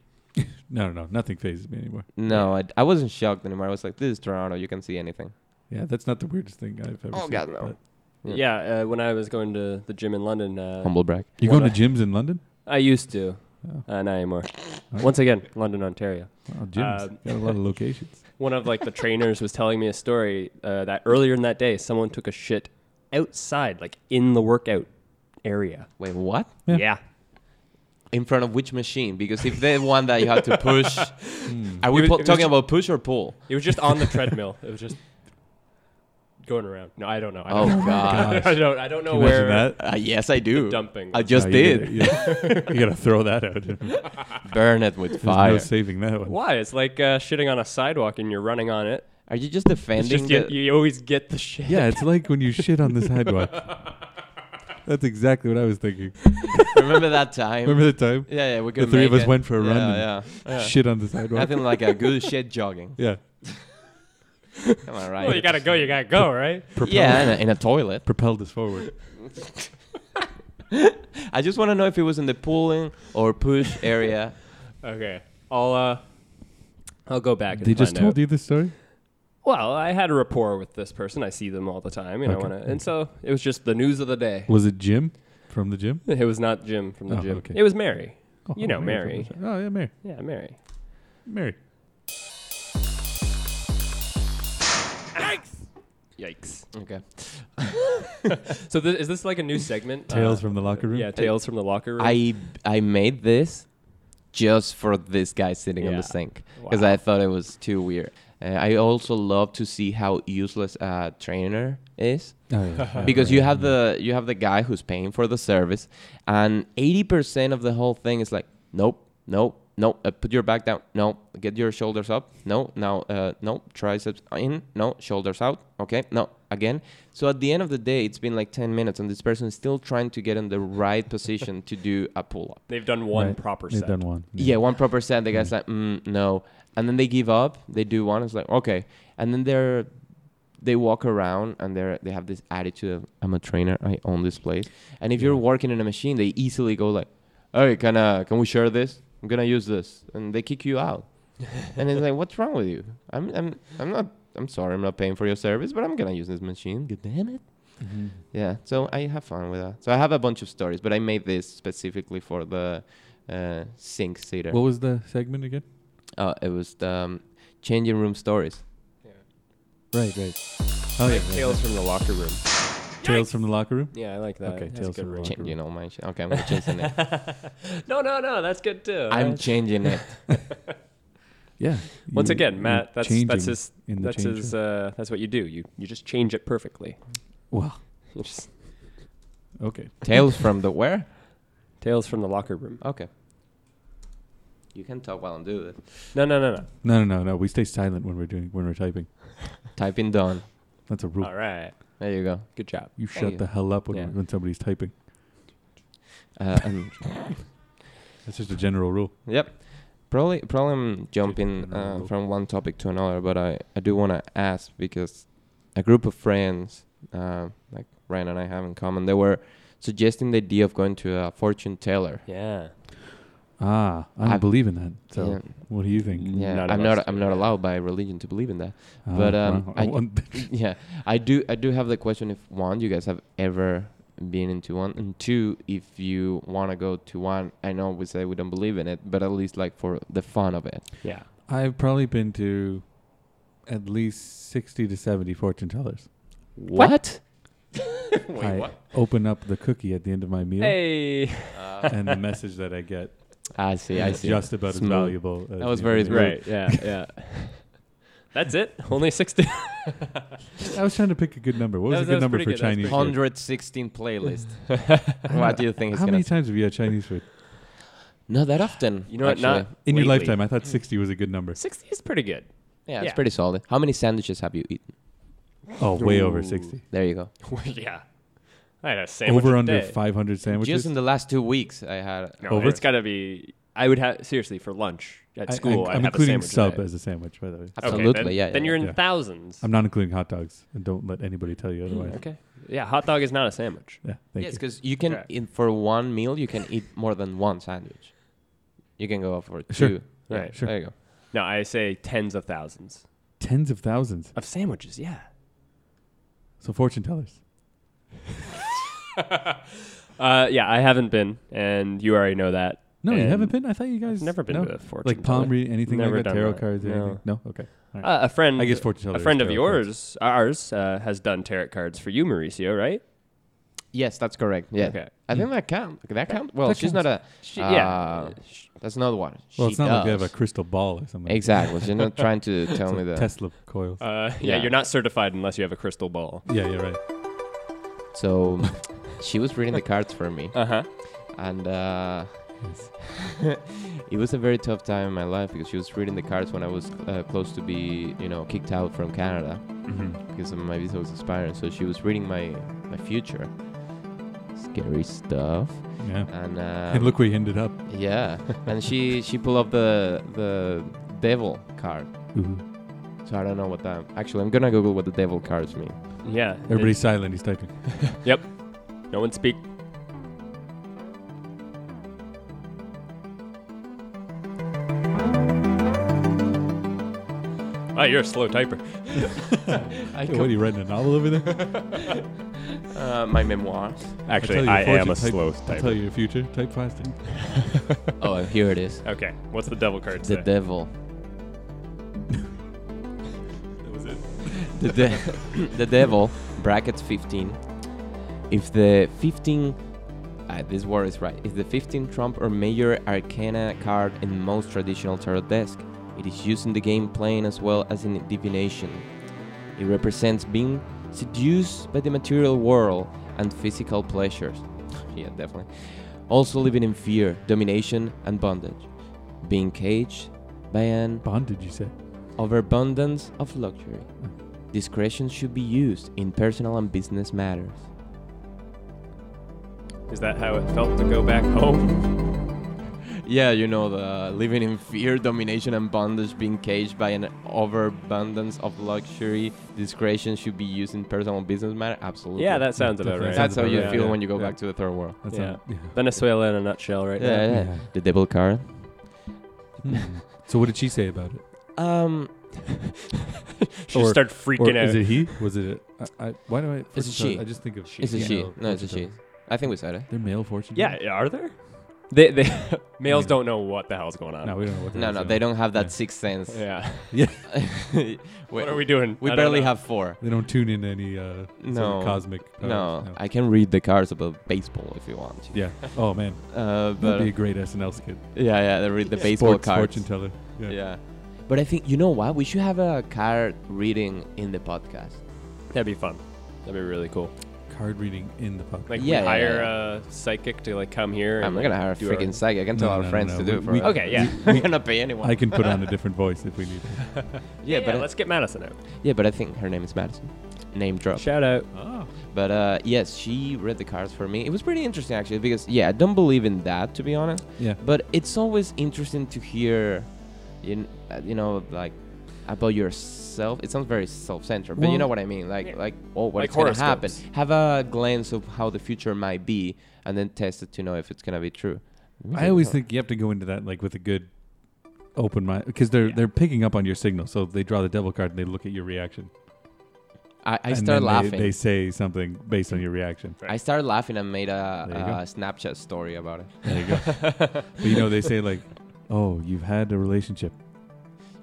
S1: No, no, no, nothing phases me anymore.
S3: No, I, I wasn't shocked anymore. I was like, this is Toronto. You can see anything.
S1: Yeah, that's not the weirdest thing I've ever
S3: Oh,
S1: seen.
S3: God, no.
S1: but-
S3: Yeah.
S2: Yeah, uh, when I was going to the gym in London, uh,
S3: Humble brag.
S1: You
S2: What
S1: going to
S2: a-
S1: gyms in London?
S2: I used to.
S1: Oh.
S2: Uh, not anymore.
S1: right.
S2: Once again, London, Ontario.
S1: Wow, gyms.
S2: Um,
S1: Got a lot of locations.
S2: One of like the trainers was telling me a story uh, that earlier in that day, someone took a shit outside, like in the workout area.
S3: Wait, what?
S1: Yeah.
S2: yeah.
S3: In front of which machine? Because if they one that you have to push, are
S2: It
S3: we
S2: was-
S3: pu-
S2: it was
S3: talking
S2: ju-
S3: about push or pull?
S2: It was just on the treadmill. It was just going around. No, I don't know. I
S3: Oh
S2: don't know.
S3: God!
S1: gosh.
S2: I don't. I don't know
S1: Can you imagine
S2: where
S1: that?
S3: Uh, yes, I
S2: the
S3: do.
S2: dumping.
S3: I
S2: was.
S3: just
S1: No, you
S3: did.
S1: gotta- You got to throw that out. There's
S3: Burn it with
S1: no
S3: fire.
S1: saving that one.
S2: Why? It's like uh, shitting on a sidewalk and you're running on it.
S3: Are you just
S2: It's
S3: defending?
S2: just
S3: the-
S2: you, you always get the shit.
S1: Yeah, it's like when you shit on the sidewalk. That's exactly what I was thinking.
S3: Remember that time?
S1: Remember the time?
S3: Yeah, yeah, we
S1: The
S3: could
S1: three of
S3: make
S1: us
S3: it.
S1: went for a
S3: yeah,
S1: run and
S3: Yeah, yeah.
S1: Shit on the sidewalk.
S3: Nothing like a good shit jogging.
S1: Yeah.
S3: Am I right?
S2: Well, you gotta go. You gotta go, right?
S1: Propelled,
S3: yeah, in a, in a toilet.
S1: propelled us forward.
S3: I just want to know if it was in the pulling or push area.
S2: Okay. I'll uh, I'll go back. And
S1: They just
S2: find
S1: told
S2: out.
S1: you this story?
S2: Well, I had a rapport with this person. I see them all the time. You know,
S1: Okay.
S2: and, I- and so it was just the news of the day.
S1: Was it Jim from the gym?
S2: It was not Jim from the
S1: Oh,
S2: gym.
S1: okay.
S2: It was Mary.
S1: Oh,
S2: You know, Uh,
S1: Mary. from the gym. Oh, yeah, Mary.
S2: Yeah, Mary.
S1: Mary.
S2: Yikes.
S3: Okay.
S2: So this, is this like a new segment?
S1: Tales
S2: Uh,
S1: from the locker room?
S2: Yeah, tales from the locker room.
S3: I I made this just for this guy sitting on
S2: Yeah.
S3: the sink because
S2: Wow.
S3: I thought it was too weird. Uh, I also love to see how useless a trainer is.
S1: Oh, yeah.
S3: because you have the you have the guy who's paying for the service and 80% of the whole thing is like nope nope nope uh, put your back down no get your shoulders up no now uh, no triceps in no shoulders out okay no again so at the end of the day it's been like 10 minutes and this person is still trying to get in the right position to do a pull-up
S2: They've done one
S1: Right.
S2: proper
S1: They've
S2: set.
S1: done one.
S3: yeah, one proper set. The guy's like, mm, no, and then they give up. They do one. It's like okay, and then they're they walk around and they're they have this attitude of I'm a trainer. I own this place. And if you're
S1: Yeah.
S3: working in a machine, they easily go like, hey, can uh, can we share this? I'm gonna use this, and they kick you out. and it's like, what's wrong with you? I'm I'm I'm not. I'm sorry, I'm not paying for your service, but I'm gonna use this machine. God damn it.
S1: Mhm.
S3: Yeah, so I have fun with that. So I have a bunch of stories, but I made this specifically for the uh, sink sitter.
S1: What was the segment again?
S3: Uh, it was the um, changing room stories.
S2: Yeah.
S1: Right, right. Oh, yeah.
S2: Like
S1: right,
S2: tales
S1: right.
S2: from the locker room.
S1: Tales from the locker room?
S2: Yeah, I like that.
S1: Okay,
S2: That's
S1: Tales
S2: a good
S1: from the
S2: rule.
S1: Locker
S3: Changing all my shit. Okay, I'm gonna change the name.
S2: No, no, no. That's good too.
S3: I'm
S2: That's-
S3: changing it.
S1: Yeah.
S2: Once
S1: You-
S2: again,
S1: you're
S2: Matt. That's that's
S1: changing
S2: his.
S1: in the
S2: That's
S1: change
S2: his.
S1: room.
S2: Uh, that's what you do. You you just change it perfectly.
S1: Wow.
S2: You just- uh,
S1: Okay.
S3: Tales from the where?
S2: tales from the locker room.
S3: Okay. You can talk while I'm doing it.
S2: No, no, no, no.
S1: No, no, no, no. We stay silent when we're doing when we're typing.
S3: Typing done.
S1: That's a rule.
S2: All right.
S3: There you go.
S2: Good job.
S1: You
S3: Thank
S1: shut
S3: you.
S1: the hell up when,
S2: Yeah.
S1: when somebody's typing.
S3: Uh, and
S1: That's just a general rule.
S3: Yep. Probably, probably I'm jumping
S1: another
S3: uh,
S1: book.
S3: from one topic to another, but I, I do want to ask because a group of friends, uh, like Ryan and I have in common, they were suggesting the idea of going to a fortune teller.
S2: Yeah.
S1: Ah, I don't
S3: I-
S1: believe in that. So
S3: yeah,
S1: what do you think?
S3: yeah,
S2: None of
S3: I'm
S2: us
S3: not
S2: do.
S3: I'm not allowed by religion to believe in that.
S1: Ah,
S3: Mm. But, um,
S1: wow. I
S3: I-
S1: want-
S3: yeah, I do I do have the question if one you guys have ever been into one, and two if you want to go to one. I know we say we don't believe in it, but at least like for the fun of it.
S2: Yeah.
S1: I've probably been to at least 60 to 70 fortune tellers.
S3: What?
S1: I open up the cookie at the end of my meal,
S2: Hey.
S1: and the message that I get
S3: I see. I
S1: is
S3: see.
S1: just about
S3: Smooth.
S1: as valuable. As
S3: was
S1: the
S3: very
S1: information.
S2: Right. Yeah. Yeah. That's it. Only sixty.
S1: I was trying to pick a good number. What was,
S2: That was-
S1: a
S2: that
S1: good
S2: was
S1: number
S2: pretty
S1: for
S2: good. That was
S1: Chinese food?
S3: 116 playlist. what do you think it's
S1: How
S3: gonna?
S1: many times have you had Chinese food
S3: Not that often.
S2: You know what? Not
S3: actually.
S1: in your
S2: lately.
S1: lifetime? I thought 60 was a good number.
S2: Sixty is pretty good.
S3: Yeah, it's
S2: Yeah.
S3: pretty solid. How many sandwiches have you eaten?
S1: Oh, way over
S2: Ooh.
S1: 60.
S3: There you go.
S2: yeah. I had a sandwich.
S1: over
S2: a
S1: under
S2: day.
S1: 500 sandwiches.
S3: Just in the last two weeks, I had.
S2: No,
S1: Over?
S2: it's got to be. I would have seriously for lunch at
S1: I-
S2: school.
S1: I,
S2: I,
S1: am
S2: have
S1: including
S2: a sandwich
S1: sub
S2: a day.
S1: as a sandwich, by the way.
S2: Okay,
S3: Absolutely,
S2: then,
S3: yeah,
S2: Then
S3: yeah,
S2: you're in
S1: yeah.
S2: thousands.
S1: I'm not including hot dogs, and don't let anybody tell you otherwise.
S2: okay. Yeah, hot dog is not a sandwich.
S1: Yeah, thank
S3: Mm, Yes,
S1: you.
S3: because you can
S2: Okay.
S3: in for one meal you can eat more than one sandwich. You can go for two.
S1: Sure.
S3: Yeah,
S2: Right.
S1: Sure.
S3: There you go.
S2: No, I say tens of thousands
S1: Tens of thousands.
S2: of sandwiches. Yeah.
S1: So fortune tellers.
S2: Uh, yeah, I haven't been, and you already know that.
S1: No, you
S2: And
S1: haven't been. I thought you guys
S2: I've never been
S1: no?
S2: to a fortune
S1: like palm
S2: teller.
S1: reading, anything
S2: Never
S1: like that,
S2: done
S1: tarot
S2: that.
S1: cards, or
S2: No.
S1: anything. No, okay. All right.
S2: Uh, a friend,
S1: I guess fortune teller.
S2: a
S1: is
S2: friend of
S1: tarot cards.
S2: yours, ours, uh, has done tarot cards for you, Mauricio, right?
S3: Yes, that's correct. Yeah.
S2: Okay.
S3: I think that count. That count. Well,
S1: Mm. That
S3: she's
S1: counts.
S3: not a.
S2: She,
S3: Uh,
S2: yeah. Sh-
S3: That's not what.
S1: Well,
S3: she
S1: it's not like they have a
S3: does.
S1: crystal ball or something.
S3: Exactly. She's not trying to tell
S1: It's
S3: me
S1: like
S3: that.
S1: Tesla coils.
S2: Uh, yeah,
S3: Yeah.
S2: you're not certified unless you have a crystal ball.
S1: yeah, yeah, right.
S3: So, she was reading the cards for me.
S2: Uh huh.
S3: and uh, it was a very tough time in my life because she was reading the cards when I was uh, close to be, you know, kicked out from Canada
S2: mm-hmm.
S3: because of my visa was expiring. So she was reading my my future, scary stuff,
S1: Mm-hmm. Yeah.
S2: Uh,
S3: and
S1: and
S3: um,
S1: look where you ended up.
S3: yeah, and she she pulled up the the devil card.
S1: Ooh.
S2: mm-hmm.
S3: So I don't know what that. Actually, I'm gonna Google what the devil cards mean.
S2: Yeah.
S1: Everybody's silent. He's typing.
S2: No one speak. Ah, you're a slow typer.
S3: I
S1: What are you writing a novel over there?
S3: uh, my memoirs.
S1: tell
S2: Actually,
S1: your
S2: I am
S1: fortune
S2: a
S1: type-
S2: slow
S1: I'll tell
S2: typer.
S1: you your future. Type faster.
S3: oh, here it is.
S2: Okay, what's the devil card
S3: The
S2: say?
S3: devil.
S2: That was it.
S3: the, de- the devil brackets 15 if the 15 uh, this word is right if the 15 trump or major arcana card in most traditional tarot desk it is used in the game playing as well as in divination it represents being seduced by the material world and physical pleasures yeah definitely also living in fear domination and bondage being caged by an
S1: Bondage, you say?
S3: overabundance of luxury. Discretion should be used in personal and business matters.
S2: Is that how it felt to go back home?
S3: Yeah, you know, the living in fear, domination, and bondage, being caged by an overabundance of luxury. Discretion should be used in personal and business matters. Absolutely.
S2: Yeah, that sounds about right.
S1: That sounds
S3: that's how
S1: about
S3: you
S1: right,
S3: feel
S1: yeah.
S3: when you go
S1: Yeah.
S3: back to the third world.
S1: That's
S2: Yeah.
S1: not- yeah.
S2: Venezuela in a nutshell, right?
S3: Yeah,
S2: there.
S3: yeah.
S1: Yeah.
S3: The devil card.
S1: Hmm. So what did she say about it?
S3: Um,
S2: She
S1: Or-
S2: just started
S1: Or
S2: freaking out.
S1: is it he? Was it? A, I, I, why do I?
S3: It's a
S1: fortune teller-
S3: she.
S1: I just think of
S3: it's a
S1: you
S3: she.
S1: know,
S3: No, it's
S1: fortune
S3: a she.
S1: tellers.
S3: I think we said it.
S1: They're male fortune.
S2: yeah,
S1: tellers?
S2: are there? They, they males don't know what the hell's going on.
S1: No, we don't know what.
S3: No, no, they don't have that
S1: Yeah.
S3: sixth sense.
S2: Yeah.
S3: we,
S2: What are we doing?
S3: we
S2: I don't
S3: barely
S2: know.
S3: have four.
S1: They don't tune in any uh, sort of
S3: No.
S1: cosmic. powers,
S3: No, I can read the cards about baseball if you want.
S1: yeah. Oh man,
S3: Uh, but
S1: that'd be a great SNL skit.
S3: yeah, yeah, they read the baseball
S1: Sports
S3: cards.
S1: fortune teller. Yeah.
S3: yeah. but I think you know what? We should have a card reading in the podcast.
S2: That'd be fun. That'd be really cool.
S1: Card reading in the podcast.
S2: Like we
S3: Yeah, yeah,
S2: hire
S3: yeah.
S2: a psychic to like come here.
S3: I'm
S2: and,
S3: not
S2: like,
S3: gonna hire a
S2: do our-
S3: freaking psychic. I can
S1: No,
S3: tell our
S1: no,
S3: friends
S1: no,
S3: to
S1: no,
S3: do it
S1: we-
S3: for
S1: we-
S3: us.
S2: Okay, yeah.
S3: we're gonna pay anyone.
S1: I can put on a different voice if we need. to.
S2: yeah,
S3: yeah, but
S2: let's get Madison out.
S3: yeah, but I think her name is Madison. Name drop.
S2: Shout out.
S1: Ah,
S3: But uh, yes, she read the cards for me. It was pretty interesting actually because yeah, I don't believe in that to be honest.
S1: Yeah.
S3: But it's always interesting to hear, you, kn- uh, you know, like about yourself. It sounds very self-centered, but you
S1: Well-
S3: know what I mean. Like
S2: Yeah.
S3: like oh, what's
S2: Like
S3: gonna happen?
S2: horoscopes.
S3: Have a glance of how the future might be, and then test it to know if it's gonna be true.
S1: I always think you have to go into that like with a good open mind because they're
S2: Yeah.
S1: they're picking up on your signal. So they draw the devil card and they look at your reaction.
S3: I, I
S1: And
S3: start
S1: then they-
S3: laughing.
S1: They, say something based on your reaction.
S3: I started laughing and made a,
S1: There you go.
S3: a Snapchat story about it.
S1: There you go. but you know they say like, oh, you've had a relationship.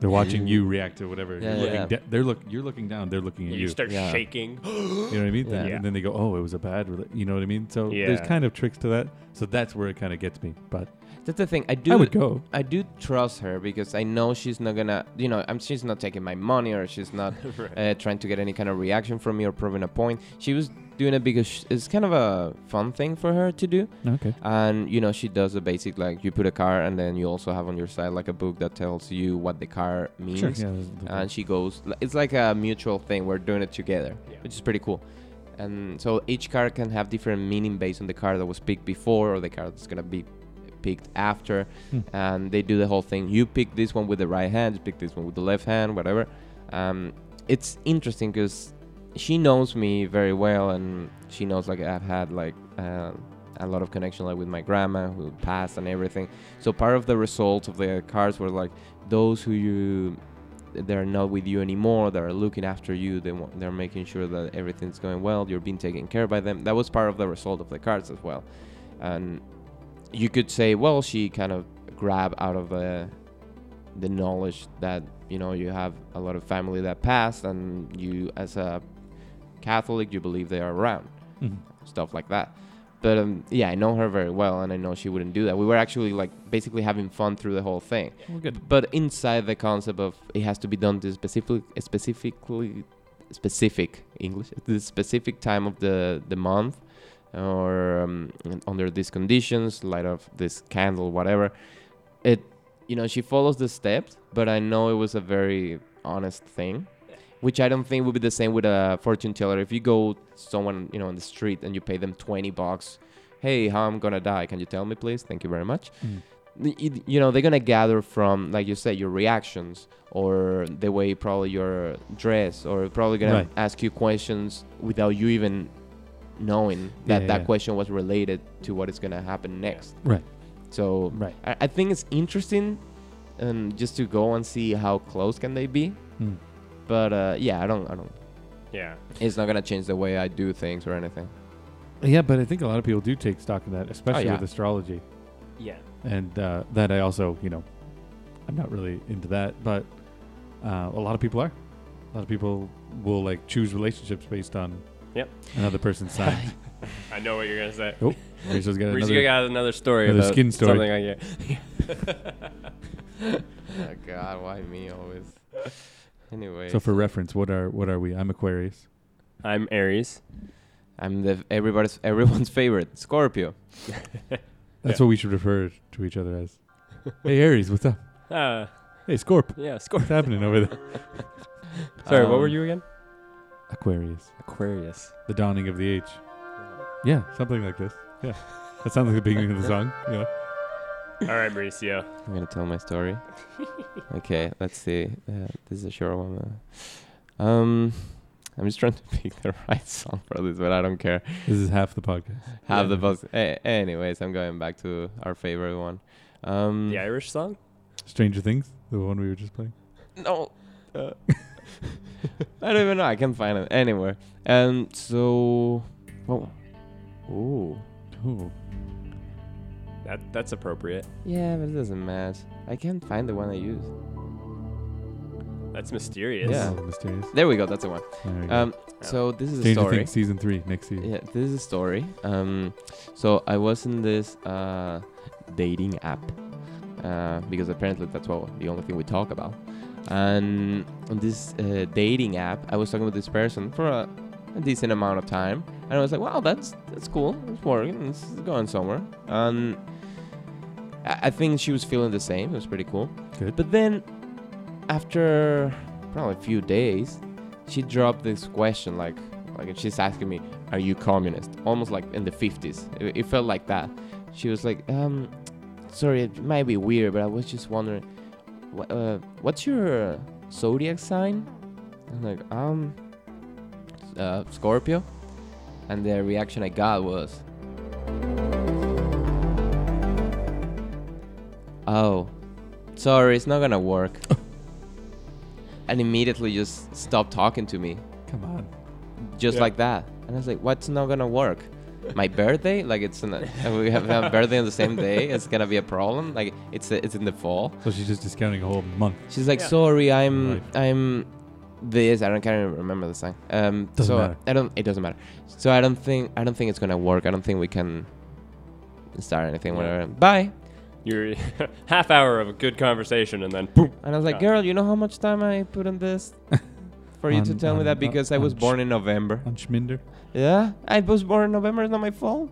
S1: They're watching you react to whatever.
S3: Yeah,
S1: you're
S3: yeah,
S1: looking de- they're look. You're looking down. They're looking at
S2: You
S1: you.
S2: start
S3: Yeah.
S2: shaking.
S1: You know what I mean? Then,
S2: Yeah.
S1: And then they go, oh, it was a bad. Rela-, you know what I mean? So there's
S2: Yeah.
S1: kind of tricks to that. So that's where it kind of gets me. But
S3: That's the thing. I do.
S1: I would go.
S3: I do trust her because I know she's not gonna, you know, I'm, she's not taking my money or she's not uh, trying to get any kind of reaction from me or proving a point. She was doing it because sh it's kind of a fun thing for her to do.
S1: Okay.
S3: And, you know, she does the basic like you put a car and then you also have on your side like a book that tells you what the car means.
S1: Sure. Yeah, there's- there's-
S3: And she goes, li- it's like a mutual thing. We're doing it together,
S2: Yeah.
S3: which is pretty cool. And so each card can have different meaning based on the card that was picked before or the card that's going to be picked after.
S1: Hmm.
S3: And they do the whole thing. You pick this one with the right hand, you pick this one with the left hand, whatever. Um, it's interesting because she knows me very well and she knows like I've had like uh, a lot of connection like with my grandma who passed and everything. So part of the results of the cards were like those who you they're not with you anymore they're looking after you they want, they're making sure that everything's going well you're being taken care by them that was part of the result of the cards as well and you could say well she kind of grabbed out of the the knowledge that you know you have a lot of family that passed and you as a catholic you believe they are around
S1: Mhm.
S3: stuff like that. But um, yeah, I know her very well, and I know she wouldn't do that. We were actually like basically having fun through the whole thing.
S1: Well, good.
S3: But inside the concept of it has to be done this specific, specifically, specific English, at this specific time of the the month, or um, and under these conditions, light of this candle, whatever. It, you know, she follows the steps, but I know it was a very honest thing which I don't think would be the same with a fortune teller. If you go someone you know on the street and you pay them twenty bucks, hey, how I'm gonna die? Can you tell me, please? Thank you very much.
S1: Mm.
S3: Y- y- You know they're gonna gather from, like you said, your reactions or the way probably your dress, or probably gonna
S1: Right.
S3: ask you questions without you even knowing that
S1: Yeah,
S3: that
S1: yeah.
S3: question was related to what is gonna happen next.
S1: Right.
S3: So
S1: Right.
S3: I, I think it's interesting, um, just to go and see how close can they be.
S1: Mm.
S3: But uh, yeah, I don't, I don't
S2: Yeah.
S3: it's not gonna change the way I do things or anything.
S1: Yeah, but I think a lot of people do take stock in that, especially
S3: Oh, yeah.
S1: with astrology.
S2: Yeah.
S1: and uh, that I also, you know, I'm not really into that, but uh, a lot of people are. A lot of people will like choose relationships based on
S2: Yep.
S1: another person's sign.
S2: I know what you're gonna say.
S1: oh, Rachel's got
S2: Risa
S1: another.
S2: got another story
S1: another
S2: about
S1: skin story.
S2: something I get.
S3: Oh God, why me always? Anyway,
S1: So for reference, what are what are we? I'm Aquarius.
S2: I'm Aries.
S3: I'm the everybody's everyone's favorite Scorpio.
S1: That's
S2: Yeah.
S1: what we should refer to each other as. hey Aries, what's up?
S2: Uh,
S1: Hey Scorp,
S2: yeah, score.
S1: what's happening over there?
S2: Sorry, what were
S3: Um,
S2: you again?
S1: Aquarius,
S2: Aquarius.
S1: the dawning of the age. Yeah, something like this. Yeah, that sounds like the beginning of the song. Yeah.
S2: All right, Mauricio.
S3: I'm gonna tell my story. okay, let's see. Uh, this is a short one. uh. Um, I'm just trying to pick the right song for this, but I don't care.
S1: This is half the podcast.
S3: Have the
S1: Yeah.
S3: buzz. A- anyways, I'm going back to our favorite one. Um,
S2: The Irish song?
S1: Stranger Things, the one we were just playing.
S3: No. Uh, I don't even know. I can't find it anywhere. And so, oh, ooh,
S1: Ooh.
S2: That that's appropriate.
S3: yeah, but it doesn't match. I can't find the one I used.
S2: That's mysterious.
S3: Yeah.
S1: A little mysterious.
S3: There we go. That's the one.
S1: There we go.
S3: Um, so this is a
S1: Stranger
S3: story.
S1: Things season three next season.
S3: Yeah, this is a story. Um, so I was in this uh, dating app uh, because apparently that's what the only thing we talk about. And on this uh, dating app, I was talking with this person for a, a decent amount of time, and I was like, "Wow, that's that's cool. It's working. It's going somewhere." And I, I think she was feeling the same. It was pretty cool.
S1: Good.
S3: But then, after probably a few days, she dropped this question like, Like and she's asking me, "Are you communist?" Almost like in the 50s. It, it felt like that. She was like, "Um, sorry, it might be weird, but I was just wondering, wh- uh, what's your zodiac sign?" I'm like, "Um, uh, Scorpio." And the reaction I got was, "Oh, sorry, it's not gonna work." and immediately just stopped talking to me
S1: Come on.
S3: just
S1: Yeah.
S3: like that. And I was like, what's not gonna work? My birthday? Like it's an, we have a birthday on the same day. It's gonna be a problem. Like it's it's in the fall.
S1: So she's just discounting a whole month.
S3: She's like,
S2: Yeah.
S3: sorry, I'm
S1: Right.
S3: I'm this. I don't can't even remember the sign. Um,
S1: Doesn't
S3: so
S1: matter.
S3: I don't. It doesn't matter. So I don't think I don't think it's gonna work. I don't think we can start anything.
S2: Yeah.
S3: Whatever. Bye.
S2: Your half hour of a good conversation, and then boom.
S3: And I was like,
S2: Yeah.
S3: girl, you know how much time I put on this for you to
S1: On-
S3: tell me
S1: on-
S3: that because I
S1: on
S3: was
S1: sh-
S3: born in November.
S1: On Schminder.
S3: Yeah, I was born in November. It's not my fault.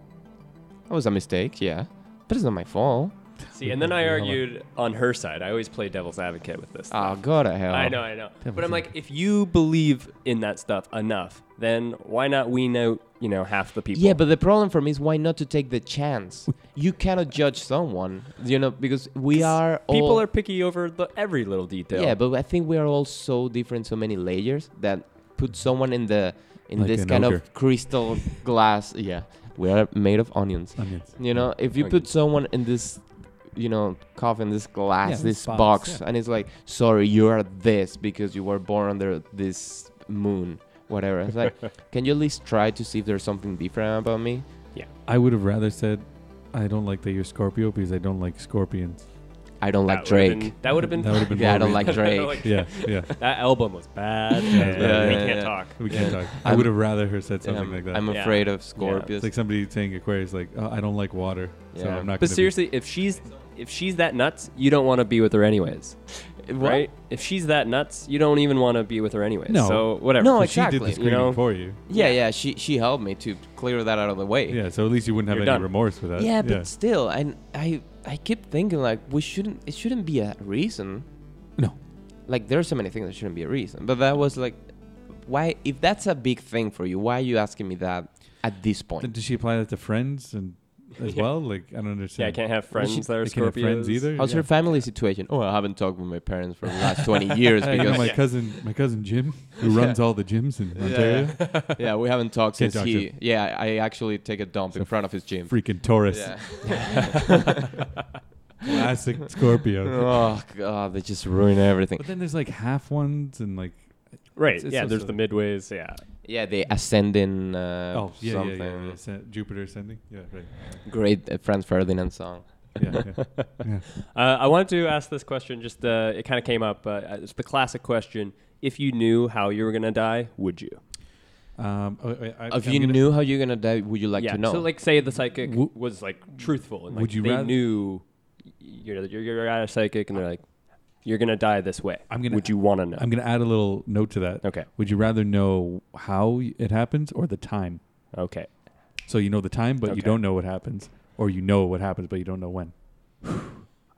S3: That was a mistake. Yeah, but it's not my fault.
S2: See, and then I
S1: Yeah, hold on.
S2: argued on her side. I always play devil's advocate with this.
S3: Oh God, I hell.
S2: Ah, I know, I know. but
S1: Ah, Devil's
S2: I'm like, if you believe in that stuff enough, then why not wean out, you know, half the people?
S3: Yeah, but the problem for me is why not to take the chance? You cannot judge someone, you know, because we are all.
S2: people are picky over the, every little detail.
S3: Yeah, but I think we are all so different, so many layers that put someone in the in
S1: Like
S3: this
S1: an
S3: kind
S1: ogre.
S3: of crystal glass. Yeah, we are made of onions.
S1: Onions.
S3: You know, if you
S2: Like-
S3: put someone in this, you know, coffin, this glass,
S1: Yeah,
S3: this
S1: this box,
S3: box,
S1: yeah.
S3: and it's like, sorry, you are this because you were born under this moon, whatever. It's like, can you at least try to see if there's something different about me?
S1: I would have rather said, I don't like that you're Scorpio because I don't like scorpions.
S3: I don't like
S2: That would've
S3: Drake.
S2: been- that would have been.
S1: That would've been
S3: yeah, I
S1: more
S3: don't like Drake.
S1: Yeah, yeah.
S2: That album was bad.
S1: Yeah,
S2: man.
S1: yeah,
S2: we
S1: yeah,
S2: can't
S3: yeah.
S2: talk.
S1: We can't
S3: Yeah.
S1: talk. I
S3: I'm-
S1: would have rather her said something
S3: I'm,
S1: like that.
S3: I'm
S2: Yeah.
S3: afraid of
S1: it's
S3: Scorpius.
S1: like somebody saying Aquarius, like, oh, I don't like water, so
S3: Yeah.
S1: I'm not.
S2: But
S1: gonna
S2: seriously, if she's if she's that nuts, you don't want to be with her anyways,
S3: What?
S2: right? If she's that nuts, you don't even want to be with her anyways.
S1: No.
S2: So whatever.
S1: be.
S3: No,
S1: So She
S3: exactly.
S1: did the
S2: you
S1: screening
S2: know?
S1: for you.
S3: Yeah, yeah. She she helped me to clear that out of the way.
S1: Yeah, so at least you wouldn't have
S2: You're
S1: any
S2: done.
S1: remorse for that.
S3: yeah, but still, I I I keep thinking like we shouldn't. It shouldn't be a reason.
S1: no,
S3: Like there's so many things that shouldn't be a reason. But that was like, why? If that's a big thing for you, why are you asking me that at this
S1: Then
S3: point?
S1: Did she apply that to friends and as well? Like I don't
S2: Yeah, I
S1: understand.
S2: can't have
S1: Well,
S2: friends
S1: she-
S2: that are
S1: they can't have
S2: Scorpios.
S1: friends either.
S3: How's
S1: yeah.
S3: your family situation? Oh, I haven't talked with my parents for the last 20 years
S1: Hey, you know
S3: because
S1: my cousin, my cousin Jim, who runs all the gyms in Ontario,
S3: yeah, yeah, we haven't talked
S1: Can't
S3: since
S1: talk to
S3: he. Yeah, I actually take a dump in
S1: So-
S3: front of his gym.
S1: freaking Taurus,
S3: Yeah.
S1: classic Scorpio.
S3: oh God, they just ruin everything.
S1: But then there's like half ones and like
S2: Right.
S1: It's- it's
S2: yeah.
S1: so
S2: there's the
S1: silly.
S2: midways. Yeah.
S3: Yeah, the ascending uh,
S1: oh yeah, yeah,
S3: something.
S1: yeah, yeah, Ascend- Jupiter ascending. Yeah, right.
S3: Great uh, Franz Ferdinand song.
S1: Yeah, yeah. yeah.
S2: Uh, I wanted to ask this question. Just uh, it kind of came up. Uh, it's the classic question. If you knew how you were gonna die, would you?
S1: Um, I- I- I-
S3: if
S1: I'm
S3: you
S1: gonna-
S3: knew how you're gonna die, would you like
S2: yeah.
S3: to know?
S2: So like, say the psychic
S1: Wo-
S2: was like truthful, and like,
S1: Would you
S2: they
S1: rather-
S2: knew, you know, you're, you're at a psychic, and they're like, you're gonna die this way.
S1: I'm gonna-
S2: Would you want to know?
S1: I'm gonna add a little note to that.
S2: okay.
S1: Would you rather know how it happens or the time?
S2: Okay.
S1: So you know the time, but
S2: Okay.
S1: you don't know what happens, or you know what happens, but you don't know when.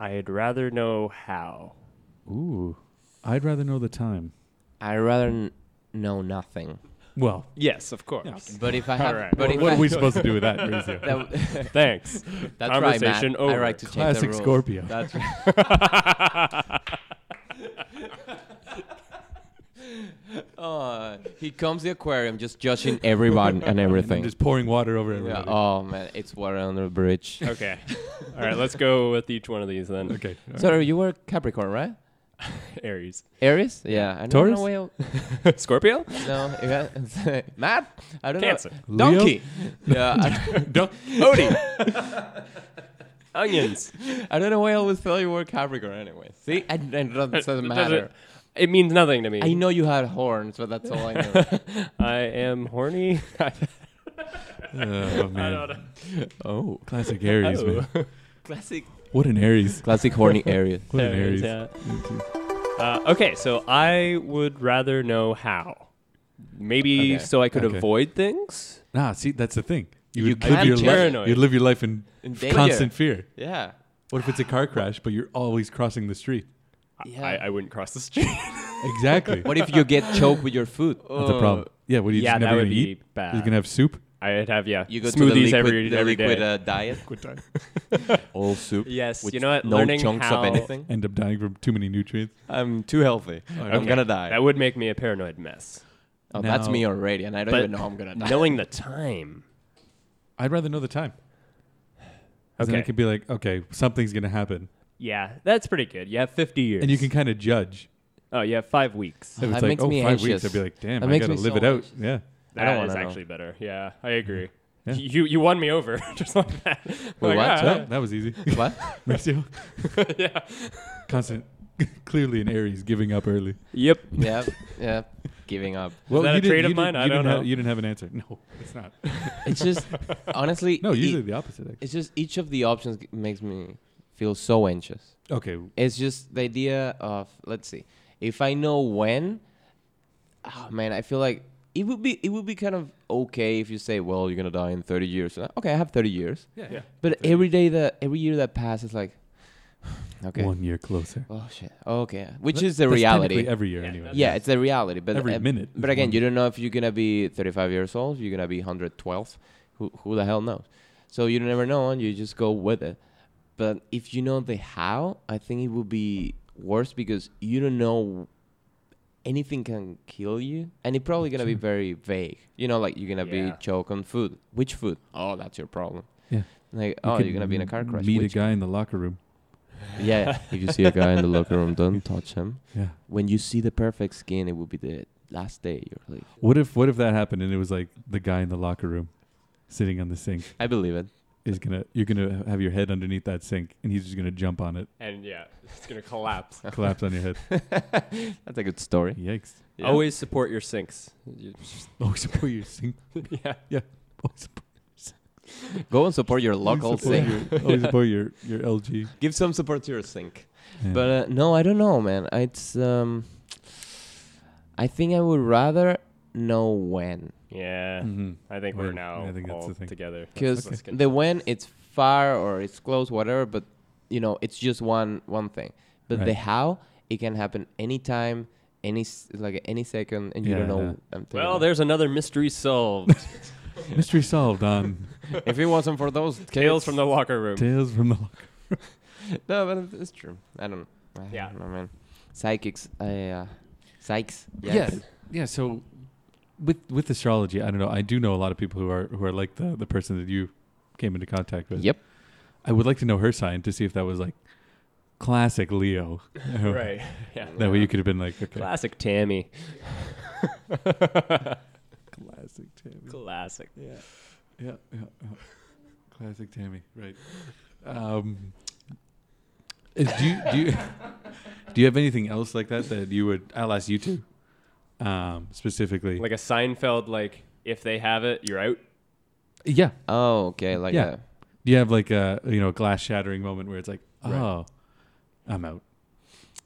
S2: I'd rather know how.
S1: Ooh, I'd rather know the time.
S3: I'd rather n- know nothing.
S1: Well,
S2: Yes, of course.
S3: But if I
S2: All
S3: have,
S2: right.
S3: but
S2: Well,
S3: if
S1: what
S3: I,
S1: are we supposed to do with that, Maurizio?
S3: that w-
S2: Thanks.
S3: that's
S2: Conversation
S3: right, Matt. I
S2: over.
S3: like to change the
S1: Classic
S3: rules.
S1: Scorpio.
S3: That's right. Oh, he comes to the aquarium just judging everyone and everything.
S1: Just pouring water over
S3: Yeah,
S1: everybody.
S3: oh man, it's water under the bridge.
S2: okay. All right. Let's go with each one of these then.
S3: oh.
S1: Okay. all right.
S3: so you were Capricorn, right?
S2: Aries.
S3: Aries? Yeah. I don't
S1: Taurus?
S3: Know where-
S2: Scorpio?
S3: No, yeah. Matt. I don't
S2: Cancer.
S3: know.
S1: Leo?
S3: Donkey. yeah. I,
S1: Don't-
S3: Odie.
S2: Onions.
S3: I don't know why I always tell you were Capricorn anyway. See, I, I don't, it doesn't matter.
S2: It means nothing to me.
S3: I know you had horns, but that's all I know.
S2: I am horny. I
S1: oh
S2: don't
S1: man,
S2: know.
S3: oh,
S1: classic Aries, man.
S2: Oh.
S3: classic,
S1: What an Aries.
S3: classic horny Aries.
S1: What an
S2: Aries,
S1: Aries.
S2: yeah. Uh, okay, so I would rather know how. Maybe
S3: Okay.
S2: so I could
S1: Okay.
S2: avoid things.
S1: Nah, see, that's the thing. You,
S3: You
S1: would
S3: can't
S1: live your
S2: paranoid.
S1: life. You live your life in,
S3: In
S1: f-
S3: danger.
S1: constant fear.
S3: Yeah.
S1: What if it's a car crash, but you're always crossing the street?
S3: Yeah.
S2: I, I wouldn't cross the street.
S1: exactly.
S3: What if you get choked with your food?
S1: That's a
S3: Oh.
S1: problem. Yeah, what are you
S2: yeah,
S1: just
S2: that
S1: never
S2: would
S1: gonna
S2: be
S1: eat?
S2: bad.
S1: You're gonna have soup.
S2: I'd have yeah.
S3: Oh, You go
S2: smoothies
S3: to the liquid,
S2: every
S3: the
S2: every day.
S3: liquid uh, diet,
S1: Quit time.
S3: all soup.
S2: yes,
S3: with
S2: you know what?
S3: No
S2: Learning
S3: chunks
S2: how
S3: of anything.
S1: End up dying from too many nutrients.
S3: I'm too healthy. I'm
S2: Okay.
S3: gonna die.
S2: that would make me a paranoid mess.
S3: Oh, that's
S1: Now-
S3: me already, and I don't
S2: But
S3: even know I'm gonna die.
S2: Knowing the time.
S1: I'd rather know the time. 'Cause Then I
S2: Okay.
S1: could be like, okay, something's gonna happen,
S2: Yeah, that's pretty good. You have 50 years.
S1: and you can kind of judge.
S2: Oh, you have five weeks.
S1: If it's
S3: That
S1: like,
S3: makes
S1: oh,
S3: me
S1: five
S3: anxious.
S1: weeks, I'd be like, damn,
S3: That
S1: I
S3: makes
S1: gotta
S3: me
S1: live
S3: so
S1: it out.
S3: anxious.
S1: Yeah.
S3: I
S2: That
S3: don't
S2: is
S3: wanna know.
S2: actually better. Yeah, I agree.
S1: Yeah.
S2: You you won me over just like that.
S3: Wait,
S2: Like,
S3: what?
S2: ah,
S1: Oh, that was easy.
S3: what?
S1: Mauricio,
S2: yeah.
S1: constant, clearly an Aries giving up early.
S2: Yep.
S3: yeah, yeah. Giving up.
S1: Well,
S2: that a
S1: you didn't-
S2: trait
S1: you
S2: of mine?
S1: didn't-
S2: I
S1: you didn't
S2: don't
S1: have-
S2: know.
S1: you didn't have an answer. No, it's not.
S3: It's just honestly.
S1: No,
S3: e-
S1: usually the opposite. Actually.
S3: it's just each of the options g- makes me feel so anxious.
S1: Okay,
S3: It's just the idea of let's see. If I know when, oh man, I feel like it would be it would be kind of okay if you say, well, you're gonna die in 30 years. Uh, Okay, I have 30 years.
S1: yeah,
S2: Yeah.
S3: But every day that every year that passes, like, okay,
S1: one year closer.
S3: oh shit, okay, which
S1: That-
S3: is the
S1: that's
S3: reality.
S1: technically Every year,
S2: Yeah,
S1: anyway.
S2: that's-
S3: yeah, it's the reality. But
S1: every
S3: uh,
S1: minute.
S3: But
S1: is
S3: again,
S1: one
S3: you
S1: year.
S3: don't know if you're gonna be 35 years old. You're gonna be 112. Who who the hell knows? So you never know, and you just go with it. But if you know the how, I think it would be worse because you don't know anything can kill you, and it's probably gonna be very vague. You know, like you're gonna
S2: Yeah.
S3: be choked on food. Which food? Oh, that's your problem.
S1: Yeah.
S3: Like
S1: You
S3: oh,
S1: could
S3: you're gonna be in a car crash.
S1: Meet
S3: Which-
S1: a guy in the locker room.
S3: Yeah. if you see a guy in the locker room, don't touch him.
S1: Yeah.
S3: When you see the perfect skin, it will be the last day. You're like,
S1: What if what if that happened and it was like the guy in the locker room, sitting on the sink,
S3: I believe it.
S1: is gonna you're gonna have your head underneath that sink and he's just gonna jump on it,
S2: And yeah, it's gonna collapse.
S1: collapse on your head.
S3: That's a good story.
S1: Yikes!
S3: Yeah.
S2: Always support your sinks. You-
S1: Always support your sink.
S2: yeah.
S1: Always support,
S3: Go and support your
S1: always
S3: local
S1: support
S3: sink.
S1: your- Always support your your LG.
S3: Give some support to your sink.
S1: Yeah.
S3: But uh, no, I don't know, man. It's um, I think I would rather know when
S2: Yeah.
S1: Mhm.
S2: I think we're
S1: Word.
S2: now
S1: I think that's
S2: all
S1: the thing.
S2: together.
S3: because
S2: Let's- let's get-
S3: the when it's far or it's close, whatever. But you know, it's just one one thing. But
S1: Right.
S3: the how it can happen anytime, any s- like any second, and you
S1: Yeah,
S3: don't know.
S1: yeah.
S3: I'm thinking
S2: well,
S3: about.
S2: there's another mystery solved.
S1: mystery solved on
S3: if it wasn't for those
S2: Tales
S3: kids-
S2: from the locker room.
S1: Tales from the Locker.
S3: No, but it- it's true. I don't. I
S2: Yeah.
S3: don't know, man. Psychics. I, uh, psychs.
S1: Yeah, yeah. So with with astrology, I don't know. I do know a lot of people who are who are like the the person that you came into contact with.
S3: Yep.
S1: I would like to know her sign to see if that was like classic Leo.
S2: right. Yeah.
S1: That way you could have been like okay.
S2: Classic Tammy.
S1: Classic Tammy.
S2: Classic.
S1: yeah. yeah. Yeah. yeah. Classic Tammy. Right. Um. is- do you do you do you have anything else like that that you would? I'll ask you two, um, specifically.
S2: Like a Seinfeld. Like if they have it, you're out.
S1: yeah,
S3: Oh, okay. Like
S1: Yeah.
S3: yeah.
S1: Do you have like a you know glass shattering moment where it's like, oh,
S3: Right.
S1: I'm out?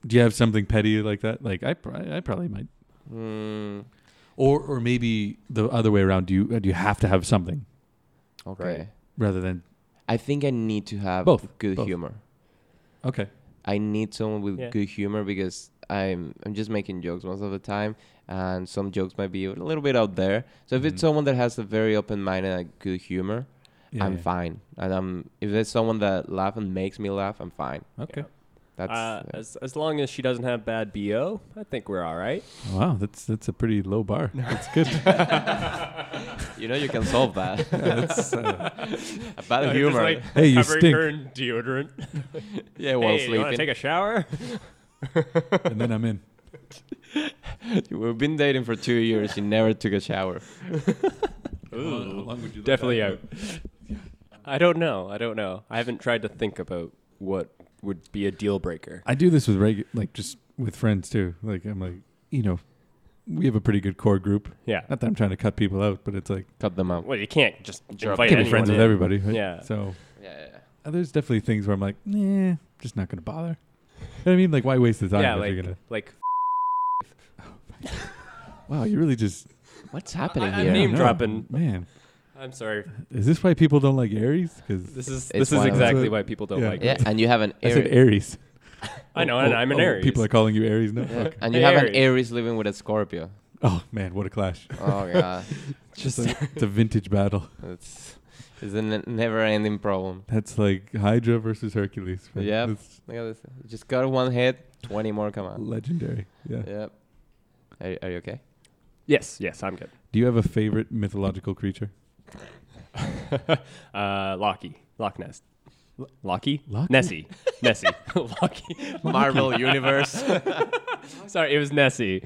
S1: Do you have something petty like that? Like I, pr- I probably might,
S3: Mm,
S1: or or maybe the other way around. Do you do you have to have something
S3: okay.
S1: rather than
S3: I think I need to have
S1: Both,
S3: good
S1: both.
S3: humor.
S1: okay?
S3: I need someone with
S2: Yeah.
S3: good humor because I'm I'm just making jokes most of the time, and some jokes might be a little bit out there. So if
S1: Mhm.
S3: it's someone that has a very open mind and a good humor,
S1: Yeah,
S3: I'm
S1: yeah.
S3: fine. And I'm if it's someone that laugh and makes me laugh, I'm fine.
S1: Okay.
S3: That's
S2: Uh,
S3: yeah.
S2: as, as long as she doesn't have bad bo, I think we're all right.
S1: Wow, that's that's a pretty low bar. That's good.
S3: you know you can solve that.
S1: that's, uh,
S3: About
S2: Like, just,
S3: humor.
S2: like,
S1: Hey, you
S2: covering
S1: stink.
S2: her in deodorant.
S3: yeah, while
S2: hey, you want to
S3: sleeping.
S2: take a shower?
S1: and then I'm in.
S3: We've been dating for two years. You never took a shower.
S2: Ooh, definitely out. I don't know. I don't know. I haven't tried to think about what would be a deal breaker.
S1: I do this with regu- like just with friends too. Like I'm like, you know, we have a pretty good core group.
S2: Yeah.
S1: Not that I'm trying to cut people out, but it's like
S3: Cut them
S1: Oh.
S3: out.
S2: Well, you can't just
S3: Sure,
S2: invite
S1: can
S2: anyone
S1: be friends with
S2: in.
S1: everybody. Right?
S2: Yeah.
S1: So
S3: Yeah, yeah, yeah.
S1: Uh, there's definitely things where I'm like, nah, just not gonna bother. You know what I mean? Like, why waste the time?
S2: Yeah,
S1: if
S2: like
S1: you're gonna,
S2: like
S1: wow, you really just
S3: What's happening
S2: I- I
S3: here?
S2: name
S1: I don't know.
S2: dropping.
S1: Man,
S2: I'm sorry.
S1: is this why people don't like Aries? Because
S2: This is
S3: It's
S2: this is
S3: wild.
S2: exactly
S1: So-
S3: Oh
S2: why people don't
S1: yeah.
S2: like
S3: yeah,
S2: it.
S3: and you have an
S1: I said
S3: Aries.
S1: Aries. Oh,
S2: I know, and I'm an Aries.
S1: People are calling you Aries now.
S3: Yeah.
S1: Fuck.
S3: And you have an
S2: Aries.
S3: Aries living with a Scorpio.
S1: Oh man, what a clash!
S3: Oh god,
S1: Just a, it's a vintage battle.
S3: it's it's a n- never-ending problem.
S1: That's like Hydra versus Hercules. right?
S3: Yep.
S1: That's
S3: Look at this. You just got one hit, twenty more come on.
S1: legendary. Yeah.
S3: Yep. Are, are you okay?
S2: Yes, yes, I'm good.
S1: Do you have a favorite mythological creature?
S2: uh, Locky, Loch Ness,
S1: Lo-
S2: Locky,
S1: Locky?
S2: Nessie, Nessie, Locky.
S3: Marvel Universe.
S2: Sorry, it was Nessie,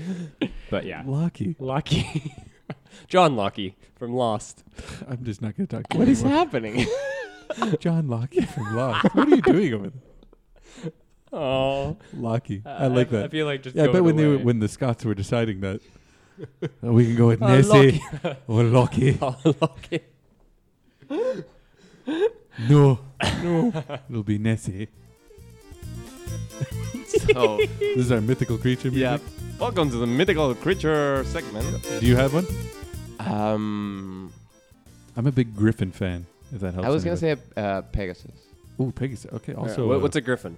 S2: but yeah,
S1: Loki.
S2: Locky, John Locky from Lost.
S1: I'm just not gonna talk. To
S3: what
S1: you
S3: is
S1: anymore.
S3: happening?
S1: John Loki from Lost. what are you doing over there?
S2: Oh,
S1: Loki. I like
S2: I
S1: that.
S2: feel like just.
S1: yeah, I bet
S2: going
S1: when they were,
S2: away.
S1: when the Scots were deciding that, uh, we can go with
S2: Oh,
S1: Nessie or Loki.
S2: Locky. Locky.
S1: No, no, it'll be Nessie.
S3: so,
S1: This is our mythical creature.
S3: yeah.
S1: Music.
S3: Oh, Welcome to the mythical creature segment.
S1: Do you have one?
S3: Um,
S1: I'm a big Griffin fan. If that helps.
S3: I was gonna say uh, Pegasus.
S1: Oh, Pegasus. Okay. Also,
S2: Wha-
S1: uh,
S2: what's a griffin?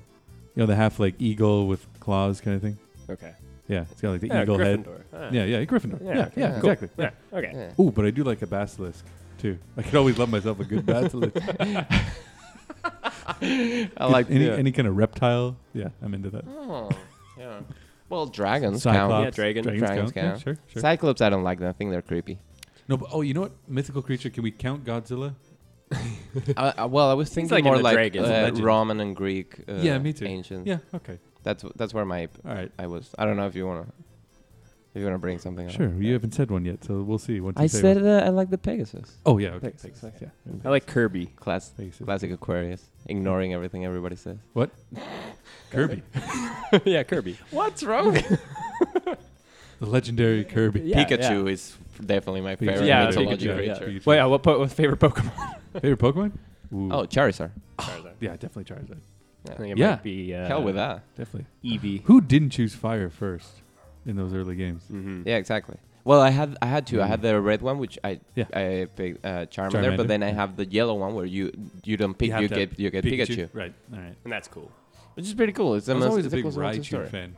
S1: you know the half like eagle with claws kind of thing.
S2: Okay.
S1: Yeah, it's got like the
S2: Yeah,
S1: eagle head.
S2: Gryffindor. Ah.
S1: Yeah, yeah, Gryffindor.
S2: Yeah,
S1: Yeah, yeah,
S2: okay,
S3: cool.
S1: exactly.
S2: Yeah. Okay.
S3: Yeah.
S1: Ooh, but I do like a basilisk too. I could always love myself a good basilisk.
S3: I like uh,
S1: any
S3: yeah.
S1: any kind of reptile. Yeah, I'm into that.
S3: Oh, yeah. Well, dragons
S1: Cyclops,
S3: count.
S2: Yeah, dragon.
S1: Dragons,
S3: Dragons
S1: count. Yeah,
S3: count.
S1: sure, sure.
S3: Cyclops, I don't like them. I think they're creepy.
S1: no, but oh, you know what? Mythical creature. Can we count Godzilla?
S3: I, I- well, I was thinking
S2: like in
S3: more
S2: the
S3: like
S2: dragons.
S1: It's a
S3: uh,
S1: legend.
S3: Roman and Greek. Uh,
S1: Yeah, me too.
S3: Ancient.
S1: Yeah. Okay.
S3: That's that's where my
S1: All right.
S3: I was. I don't know if you wanna if you wanna bring something.
S1: Sure.
S3: Up.
S1: You haven't said one yet, so we'll see. Once
S3: I
S1: you say
S3: said
S1: One.
S3: uh, I like the Pegasus.
S1: Oh yeah. Okay.
S3: Thanks,
S1: Thanks,
S3: thanks,
S1: yeah. yeah.
S2: I like Kirby.
S3: Class,
S1: Pegasus.
S3: classic Aquarius, ignoring everything everybody says.
S1: Kirby,
S2: yeah, Kirby.
S3: What's wrong?
S1: the legendary Kirby.
S2: Yeah,
S3: Pikachu is definitely my
S1: Pikachu.
S3: favorite
S2: Yeah,
S3: mythological
S2: Pikachu, yeah.
S3: creature.
S2: Wait, uh, what, po- what favorite Pokemon?
S1: favorite Pokemon? Ooh.
S3: Oh, Charizard.
S1: yeah, definitely Charizard.
S2: I think it
S1: Yeah.
S2: might be uh,
S3: Hell with that.
S1: Definitely.
S2: Eevee.
S1: Who didn't choose fire first in those early games?
S2: Mm-hmm.
S3: Yeah, exactly. Well, I had I had two. I had the red one, which I
S1: Yeah.
S3: I picked uh, Charmander,
S1: Charmander,
S3: but then I
S1: yeah.
S3: have the yellow one where you you don't pick,
S1: You
S3: you,
S1: have to
S3: get you get Pikachu.
S1: Right. All right.
S2: And that's cool.
S3: which is pretty cool. It's the
S1: I was
S3: most,
S1: always a
S3: it's the
S1: big
S3: closest one to the
S1: Raichu
S3: story.
S1: fan.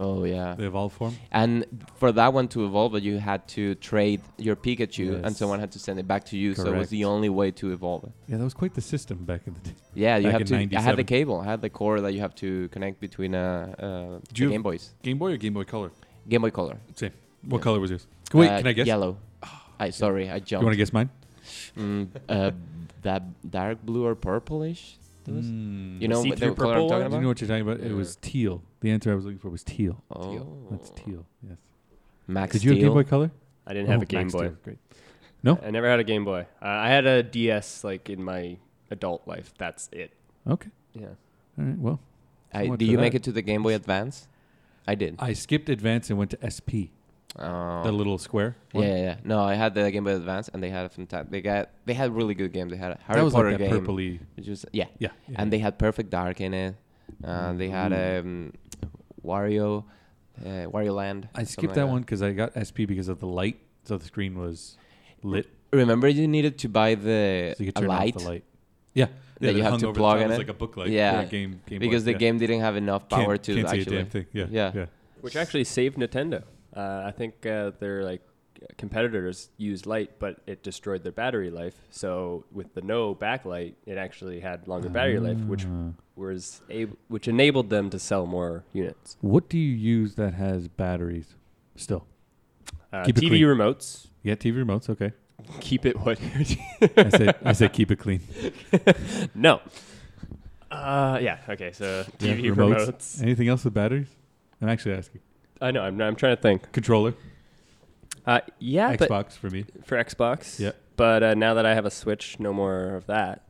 S3: Oh yeah,
S1: The evolved form.
S3: and for that one to evolve, you had to trade your Pikachu, and
S1: Yes.
S3: someone had to send it back to you. So it was
S1: Correct.
S3: the only way to evolve it.
S1: Yeah, that was quite the system back in the day.
S3: Yeah, you
S1: Back
S3: have
S1: in
S3: to. I had
S1: 97.
S3: the cable. I had the core that you have to connect between uh, uh the
S1: Do you-
S3: Game Boys,
S1: Game Boy or Game Boy Color?
S3: Game Boy Color.
S1: Same. What
S3: Yeah.
S1: color was yours? Wait,
S3: Uh,
S1: can I guess? Ah,
S3: Yellow. I sorry, I
S1: You
S3: jumped.
S1: want to guess mine?
S3: Mm, uh, that dark blue or purplish. There was-
S1: Mm.
S3: You know what the
S2: see-through
S3: color I'm
S2: purple
S3: talking
S1: Do
S3: about?
S1: you know what you're talking about? It
S3: Yeah.
S1: was teal. The answer I was looking for was teal.
S3: oh,
S1: That's teal. Yes.
S3: Max
S1: Did you have Game
S3: Steel.
S1: Boy Color?
S2: I didn't have
S1: Oh,
S2: a Game
S1: Max
S2: Boy.
S1: Steel, Great. No?
S2: I never had a Game Boy. Uh, I had a DS like in my adult life. That's it.
S1: Okay.
S3: Yeah.
S1: All right. Well,
S3: I,
S1: much
S3: did
S1: for
S3: you make
S1: that.
S3: it to the Game Boy Advance? I did.
S1: I skipped advance and went to SP.
S3: oh.
S1: That little square.
S3: yeah,
S1: one.
S3: yeah, yeah. No, I had the Game Boy Advance, and they had a fantastic. They got they had really good games. They had a Harry
S1: that was
S3: Potter
S1: like that
S3: game,
S1: purpley.
S3: which was yeah.
S1: Yeah. yeah. Mm.
S3: and they had Perfect Dark in it. Uh, they had
S1: Ooh.
S3: um, Wario, uh, Wario Land.
S1: I
S3: something
S1: skipped
S3: like
S1: that one because I got SP because of the light, so the screen was lit.
S3: Remember, you needed to buy the
S1: So you could
S3: Uh, a
S1: turn
S3: light,
S1: off the light. Yeah,
S3: That
S1: yeah,
S3: you
S1: that
S3: have
S1: hung
S3: to
S1: over the
S3: plug
S1: top.
S3: in
S1: It was
S3: it?
S1: like a book light.
S3: Yeah.
S1: game, game
S3: because
S1: Boy.
S3: the game didn't have enough
S1: Can't-
S3: power to
S1: can't see a damn
S3: actually.
S1: thing. Yeah,
S3: Yeah.
S1: yeah.
S2: Which actually saved Nintendo. Uh, I think uh, their like competitors used light, but it destroyed their battery life. So with the no backlight, it actually had longer battery life, which
S1: Ah.
S2: was ab- which enabled them to sell more units.
S1: What do you use that has batteries? Still,
S2: Uh,
S1: Keep it
S2: TV
S1: clean.
S2: remotes.
S1: yeah, TV remotes. Okay,
S2: Keep it what?
S1: I said, I said, keep it clean.
S2: no. Uh, yeah. Okay. So
S1: Yeah,
S2: TV remotes.
S1: Anything else with batteries? I'm actually asking.
S2: I know. I'm, I'm trying to think.
S1: Controller,
S2: Uh, yeah, but
S1: Xbox for me.
S2: for Xbox.
S1: Yeah.
S2: But uh, now that I have a Switch, no more of that.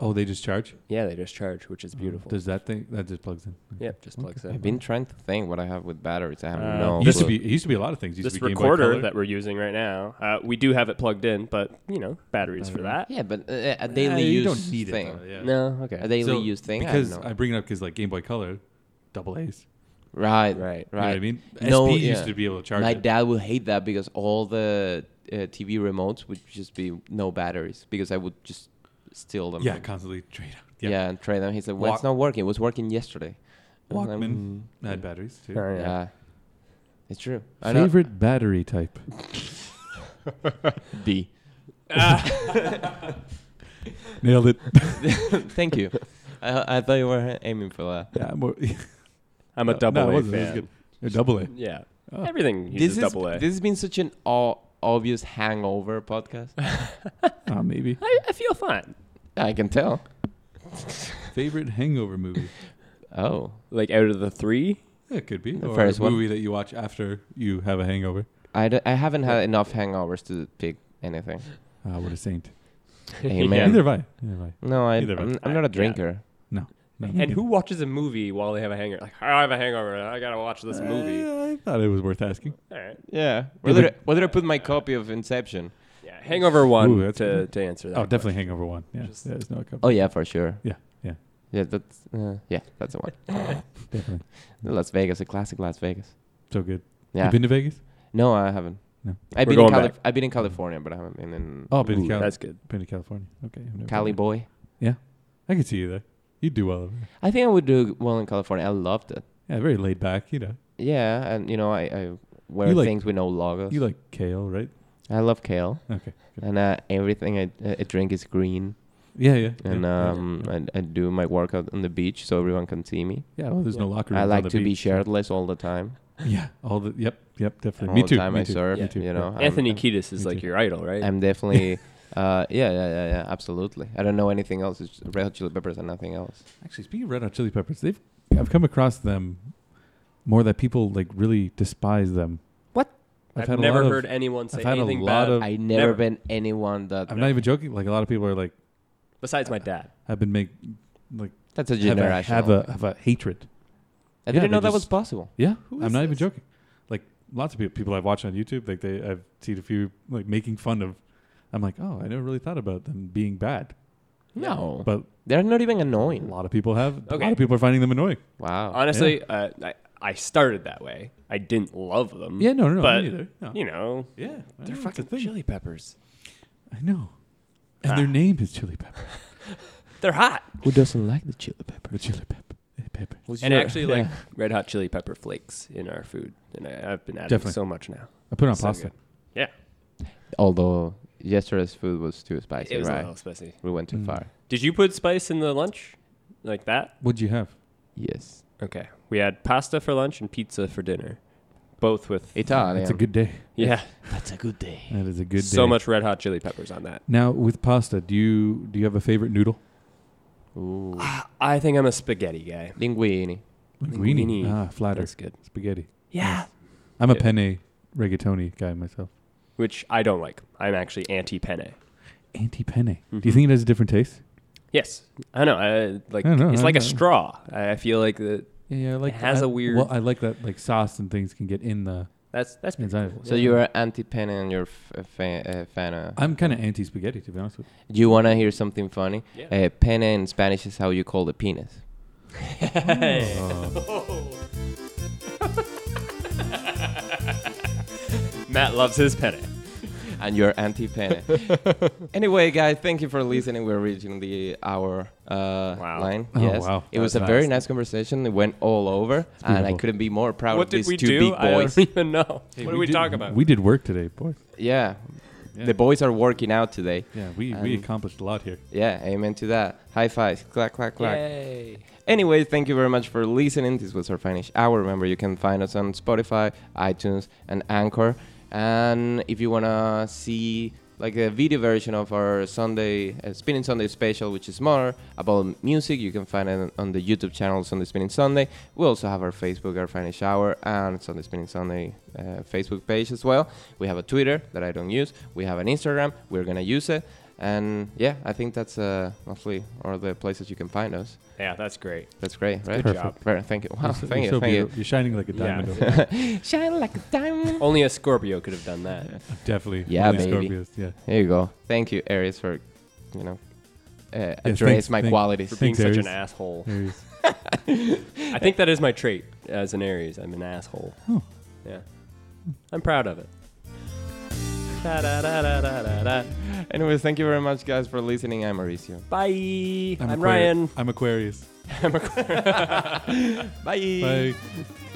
S1: Oh, they just charge.
S2: Yeah, they just charge, which is beautiful.
S1: Mm, Does that thing that just plugs in?
S2: yep, just plugs
S1: Okay.
S3: I've
S2: in.
S3: been trying to think what I have with batteries. I have
S2: Uh,
S3: no.
S1: It used to
S3: clue.
S1: be. It used to be a lot of things. It used
S2: This
S1: to be Game Boy
S2: recorder
S1: Color.
S2: that we're using right now, uh, we do have it plugged in, but you know, batteries for that.
S3: Yeah, but uh, a
S1: Nah,
S3: daily
S1: you
S3: use
S1: don't need
S3: thing.
S1: It, though, yeah.
S2: No. Okay.
S3: A daily
S1: So,
S3: use thing.
S1: Because
S3: I don't
S1: I,
S3: know.
S1: bring it up because like Game Boy Color, double A's.
S3: right, right,
S2: right.
S1: You know what I mean,
S3: No,
S1: SP
S3: yeah.
S1: used to be able to charge.
S3: My
S1: it.
S3: dad would hate that because all the uh, TV remotes would just be no batteries because I would just steal them.
S1: yeah,
S3: from-
S1: constantly trade out.
S3: yeah, and trade them. He's like, "Well,
S1: Walk-
S3: it's not working. It was working yesterday." And I'm-
S1: Walkman.
S3: mm,
S1: Had batteries too.
S2: Oh,
S3: yeah.
S2: yeah.
S3: it's true. I know-
S1: Favorite battery type.
S3: D.
S2: Ah,
S1: Nailed it.
S3: Thank you. I, I thought you were aiming for that.
S1: Yeah, more,
S2: I'm a
S1: No,
S2: double
S1: no, it
S2: A
S1: wasn't. It was
S2: fan.
S1: a double A.
S2: Yeah,
S1: Oh.
S2: everything
S3: This
S2: uses
S3: is
S2: double A. I
S3: this has been such an all obvious hangover podcast.
S2: Uh,
S1: Ah, maybe.
S2: I feel fine.
S3: I can tell.
S1: Favorite hangover movie.
S3: Oh,
S2: Like out of the three,
S1: It could be.
S3: The
S1: or
S3: first
S1: a
S3: one.
S1: movie that you watch after you have a hangover.
S3: I, d- I haven't had enough hangovers to pick
S2: Uh,
S3: anything.
S1: Ah, what a saint.
S3: Amen. Yeah.
S1: Neither have I. Neither have I.
S3: No, I,
S1: Either way.
S3: I'm, I'm not
S2: Yeah.
S3: a drinker.
S1: No,
S2: And who watches a movie while they have a hangover? Like, I have a hangover. I gotta watch this movie.
S1: I, I thought it was worth asking.
S2: All right.
S3: Yeah.
S1: but-
S3: Whether whether I put my copy of Inception.
S2: Yeah, Hangover one
S1: Ooh, that's
S2: to,
S1: good.
S2: to answer that.
S1: Oh, definitely Hangover One. Yeah,
S2: Just-
S1: yeah there's no cup.
S3: Oh yeah, for sure.
S1: Yeah, yeah.
S3: Yeah, that's uh, yeah, that's the one.
S1: Definitely
S3: Las Vegas, a classic Las Vegas.
S1: so good.
S3: Yeah.
S1: You been to Vegas?
S3: no, I haven't.
S1: No.
S3: I've
S2: We're
S3: been in
S2: going
S3: Cali-
S2: back.
S3: I've been in California, but I haven't been in
S1: Oh, been in Cali.
S2: That's good.
S1: Been to California? Okay. I've never
S3: Cali
S1: been there.
S3: boy.
S1: I could see you there. You'd do well. Over there.
S3: I think I would do well in California. I loved it.
S1: Yeah, very laid back. You know,
S3: Yeah, and you know I, I wear
S1: You like-
S3: things with no logos.
S1: you like kale, right?
S3: I love kale,
S1: Okay. Good.
S3: and uh, everything I, I drink is green.
S1: Yeah, yeah.
S3: And
S1: yeah,
S3: um,
S1: yeah.
S3: I, I do my workout on the beach so everyone can see me.
S1: yeah. Well, there's no locker room.
S3: I like to be
S1: beach.
S3: shirtless all the time.
S1: Yeah. All the. Yep. Yep. Definitely.
S3: All
S1: me
S3: the
S1: too.
S3: time
S1: me
S3: I
S1: too.
S3: surf,
S1: me too.
S3: you know. I'm-
S2: Anthony
S3: I'm-
S2: Kiedis
S1: me
S2: is like
S1: too.
S2: your idol, right?
S3: I'm definitely, uh, yeah, yeah, yeah, yeah, absolutely. I don't know anything else. It's just Red Hot Chili Peppers and nothing else.
S1: Actually, speaking of Red Hot Chili Peppers, they've I've come across them more that people like really despise them.
S3: What?
S2: I've,
S1: had a
S2: never
S1: lot of-
S2: heard anyone say
S1: I've had a
S2: anything
S1: lot
S2: bad
S1: of-
S3: I never,
S2: Never.
S3: been anyone that.
S1: I'm not even joking. Like a lot of people are like,
S2: besides
S1: uh,
S2: my dad.
S1: I've been make like
S3: that's a
S1: have a,
S3: generational.
S1: have a have a hatred.
S3: I didn't
S1: yeah,
S3: know
S1: they
S3: that was
S1: just-
S3: possible.
S1: Yeah,
S2: Who
S1: I'm
S2: is
S1: not even
S2: this?
S1: joking. Like lots of people, people I've watched on YouTube, like they I've seen a few like making fun of. I'm like, oh, I never really thought about them being bad,
S3: No,
S1: but
S3: they're not even
S1: a
S3: annoying.
S1: lot of people have. A
S2: Okay.
S1: lot of people are finding them annoying.
S3: Wow.
S2: Honestly, uh, I, I started that way. I didn't love them.
S1: Yeah, no, no, no,
S2: Mm. But,
S1: me neither. No.
S2: You know,
S1: yeah, I know,
S2: they're
S1: it's a
S2: fucking
S1: thing.
S2: chili peppers.
S1: I know, and their
S2: Ah.
S1: name is Chili Pepper.
S2: They're hot.
S3: Who doesn't like the chili pepper?
S1: The Chili Pepper. Eh, Pepper.
S2: and actually, like red hot chili pepper flakes in our food. And I, I've been adding
S1: Definitely.
S2: so much now.
S1: I put it on
S2: So
S1: pasta.
S2: good. Yeah.
S3: although yesterday's food was too spicy,
S2: it was a
S3: right?
S2: little spicy.
S3: We went too
S1: Mm.
S3: far.
S2: Did you put spice in the lunch? Like that?
S1: What'd you have?
S3: Yes,
S2: Okay. We had pasta for lunch and pizza for dinner. Both with,
S3: Italian.
S1: That's a good day.
S2: yeah,
S3: That's a good day.
S1: That is a good day.
S2: Ah, so much red hot chili peppers on that.
S1: Now with pasta, do you do you have a favorite noodle?
S3: Ooh,
S1: Ah.
S2: I think I'm a spaghetti guy.
S3: linguini.
S2: Linguine.
S1: Ah, flatter
S2: That's good.
S1: spaghetti.
S2: Yeah.
S1: I'm a
S2: Yeah.
S1: penne rigatoni guy myself.
S2: Which I don't like. I'm actually anti penne.
S1: Anti penne. Do you
S2: Mhm.
S1: think it has a different taste?
S2: Yes, I know. I, like
S1: I know,
S2: it's
S1: I
S2: like a
S1: know.
S2: straw. I I feel like the,
S1: Yeah, yeah I like
S2: It has
S1: I-
S2: a weird-
S1: Well, I like that like sauce and things can get in the
S2: that's that's pretty
S1: inside. of it.
S2: cool.
S3: So
S2: Yeah.
S3: you are anti-pen and you're f- a fan. Uh, fan uh,
S1: I'm kind of anti spaghetti to be honest with
S3: Do you want to hear something funny?
S2: Yeah.
S3: Uh, pene in Spanish is how you call the penis.
S1: you. Uh,
S2: Matt loves his penne.
S3: And you're anti pene. anyway, guys, thank you for listening. We're reaching the hour uh,
S2: Wow.
S3: line.
S1: Oh,
S3: yes.
S1: wow.
S3: It was a
S2: That's
S3: very
S2: fast.
S3: nice conversation. It went all over. And I
S1: beautiful.
S3: couldn't be more proud
S2: what
S3: of
S2: did
S3: these
S2: we
S3: two
S2: do?
S3: big
S2: I
S3: boys.
S2: don't even know.
S1: hey,
S2: what did we,
S1: did-
S2: talk about?
S1: We did work today, boys.
S3: yeah.
S1: Yeah.
S3: The boys are working out today.
S1: Yeah, we, we
S3: Um,
S1: accomplished a lot here.
S3: Yeah, amen to that. High fives, clack, clack, clack.
S2: Yay.
S3: Anyway, thank you very much for listening. This was our Finnish Hour. Remember, you can find us on Spotify, iTunes, and Anchor. And if you wanna see like a video version of our Sunday uh, Spinning Sunday special, which is more about music, you can find it on the YouTube channel Sunday Spinning Sunday. We also have our Facebook, our Finnish Hour, and Sunday Spinning Sunday uh, Facebook page as well. We have a Twitter that I don't use. We have an Instagram. We're gonna use it. And yeah, I think that's uh, mostly all the places you can find us.
S2: Yeah, that's great.
S3: That's great, right?
S2: Good job.
S3: Very, thank you. Wow,
S1: You're so-
S3: thank you,
S1: you're so
S3: thank you. Oh,
S1: beautiful. You're shining like a diamond.
S2: Yeah.
S1: over there.
S3: Shine like a diamond.
S2: Only a Scorpio could have done that.
S1: Definitely.
S3: Yeah,
S1: Only
S3: baby.
S1: Scorpios, Yeah.
S3: There you go. Thank you, Aries, for you know uh, address
S1: thanks-
S3: my
S2: For
S1: thank-
S3: qualities.
S2: being
S1: Thanks,
S2: such an
S1: Aries.
S2: asshole.
S1: There he is.
S2: I think that is my trait as an Aries. I'm an asshole.
S1: Oh.
S2: Yeah. I'm proud of it. Da-da-da-da-da-da.
S3: Anyways, thank you very much, guys, for listening. I'm Mauricio.
S2: Bye. I'm,
S1: Aquari-
S2: Ryan.
S1: I'm Aquarius.
S2: I'm Aquarius. Bye.
S1: Bye.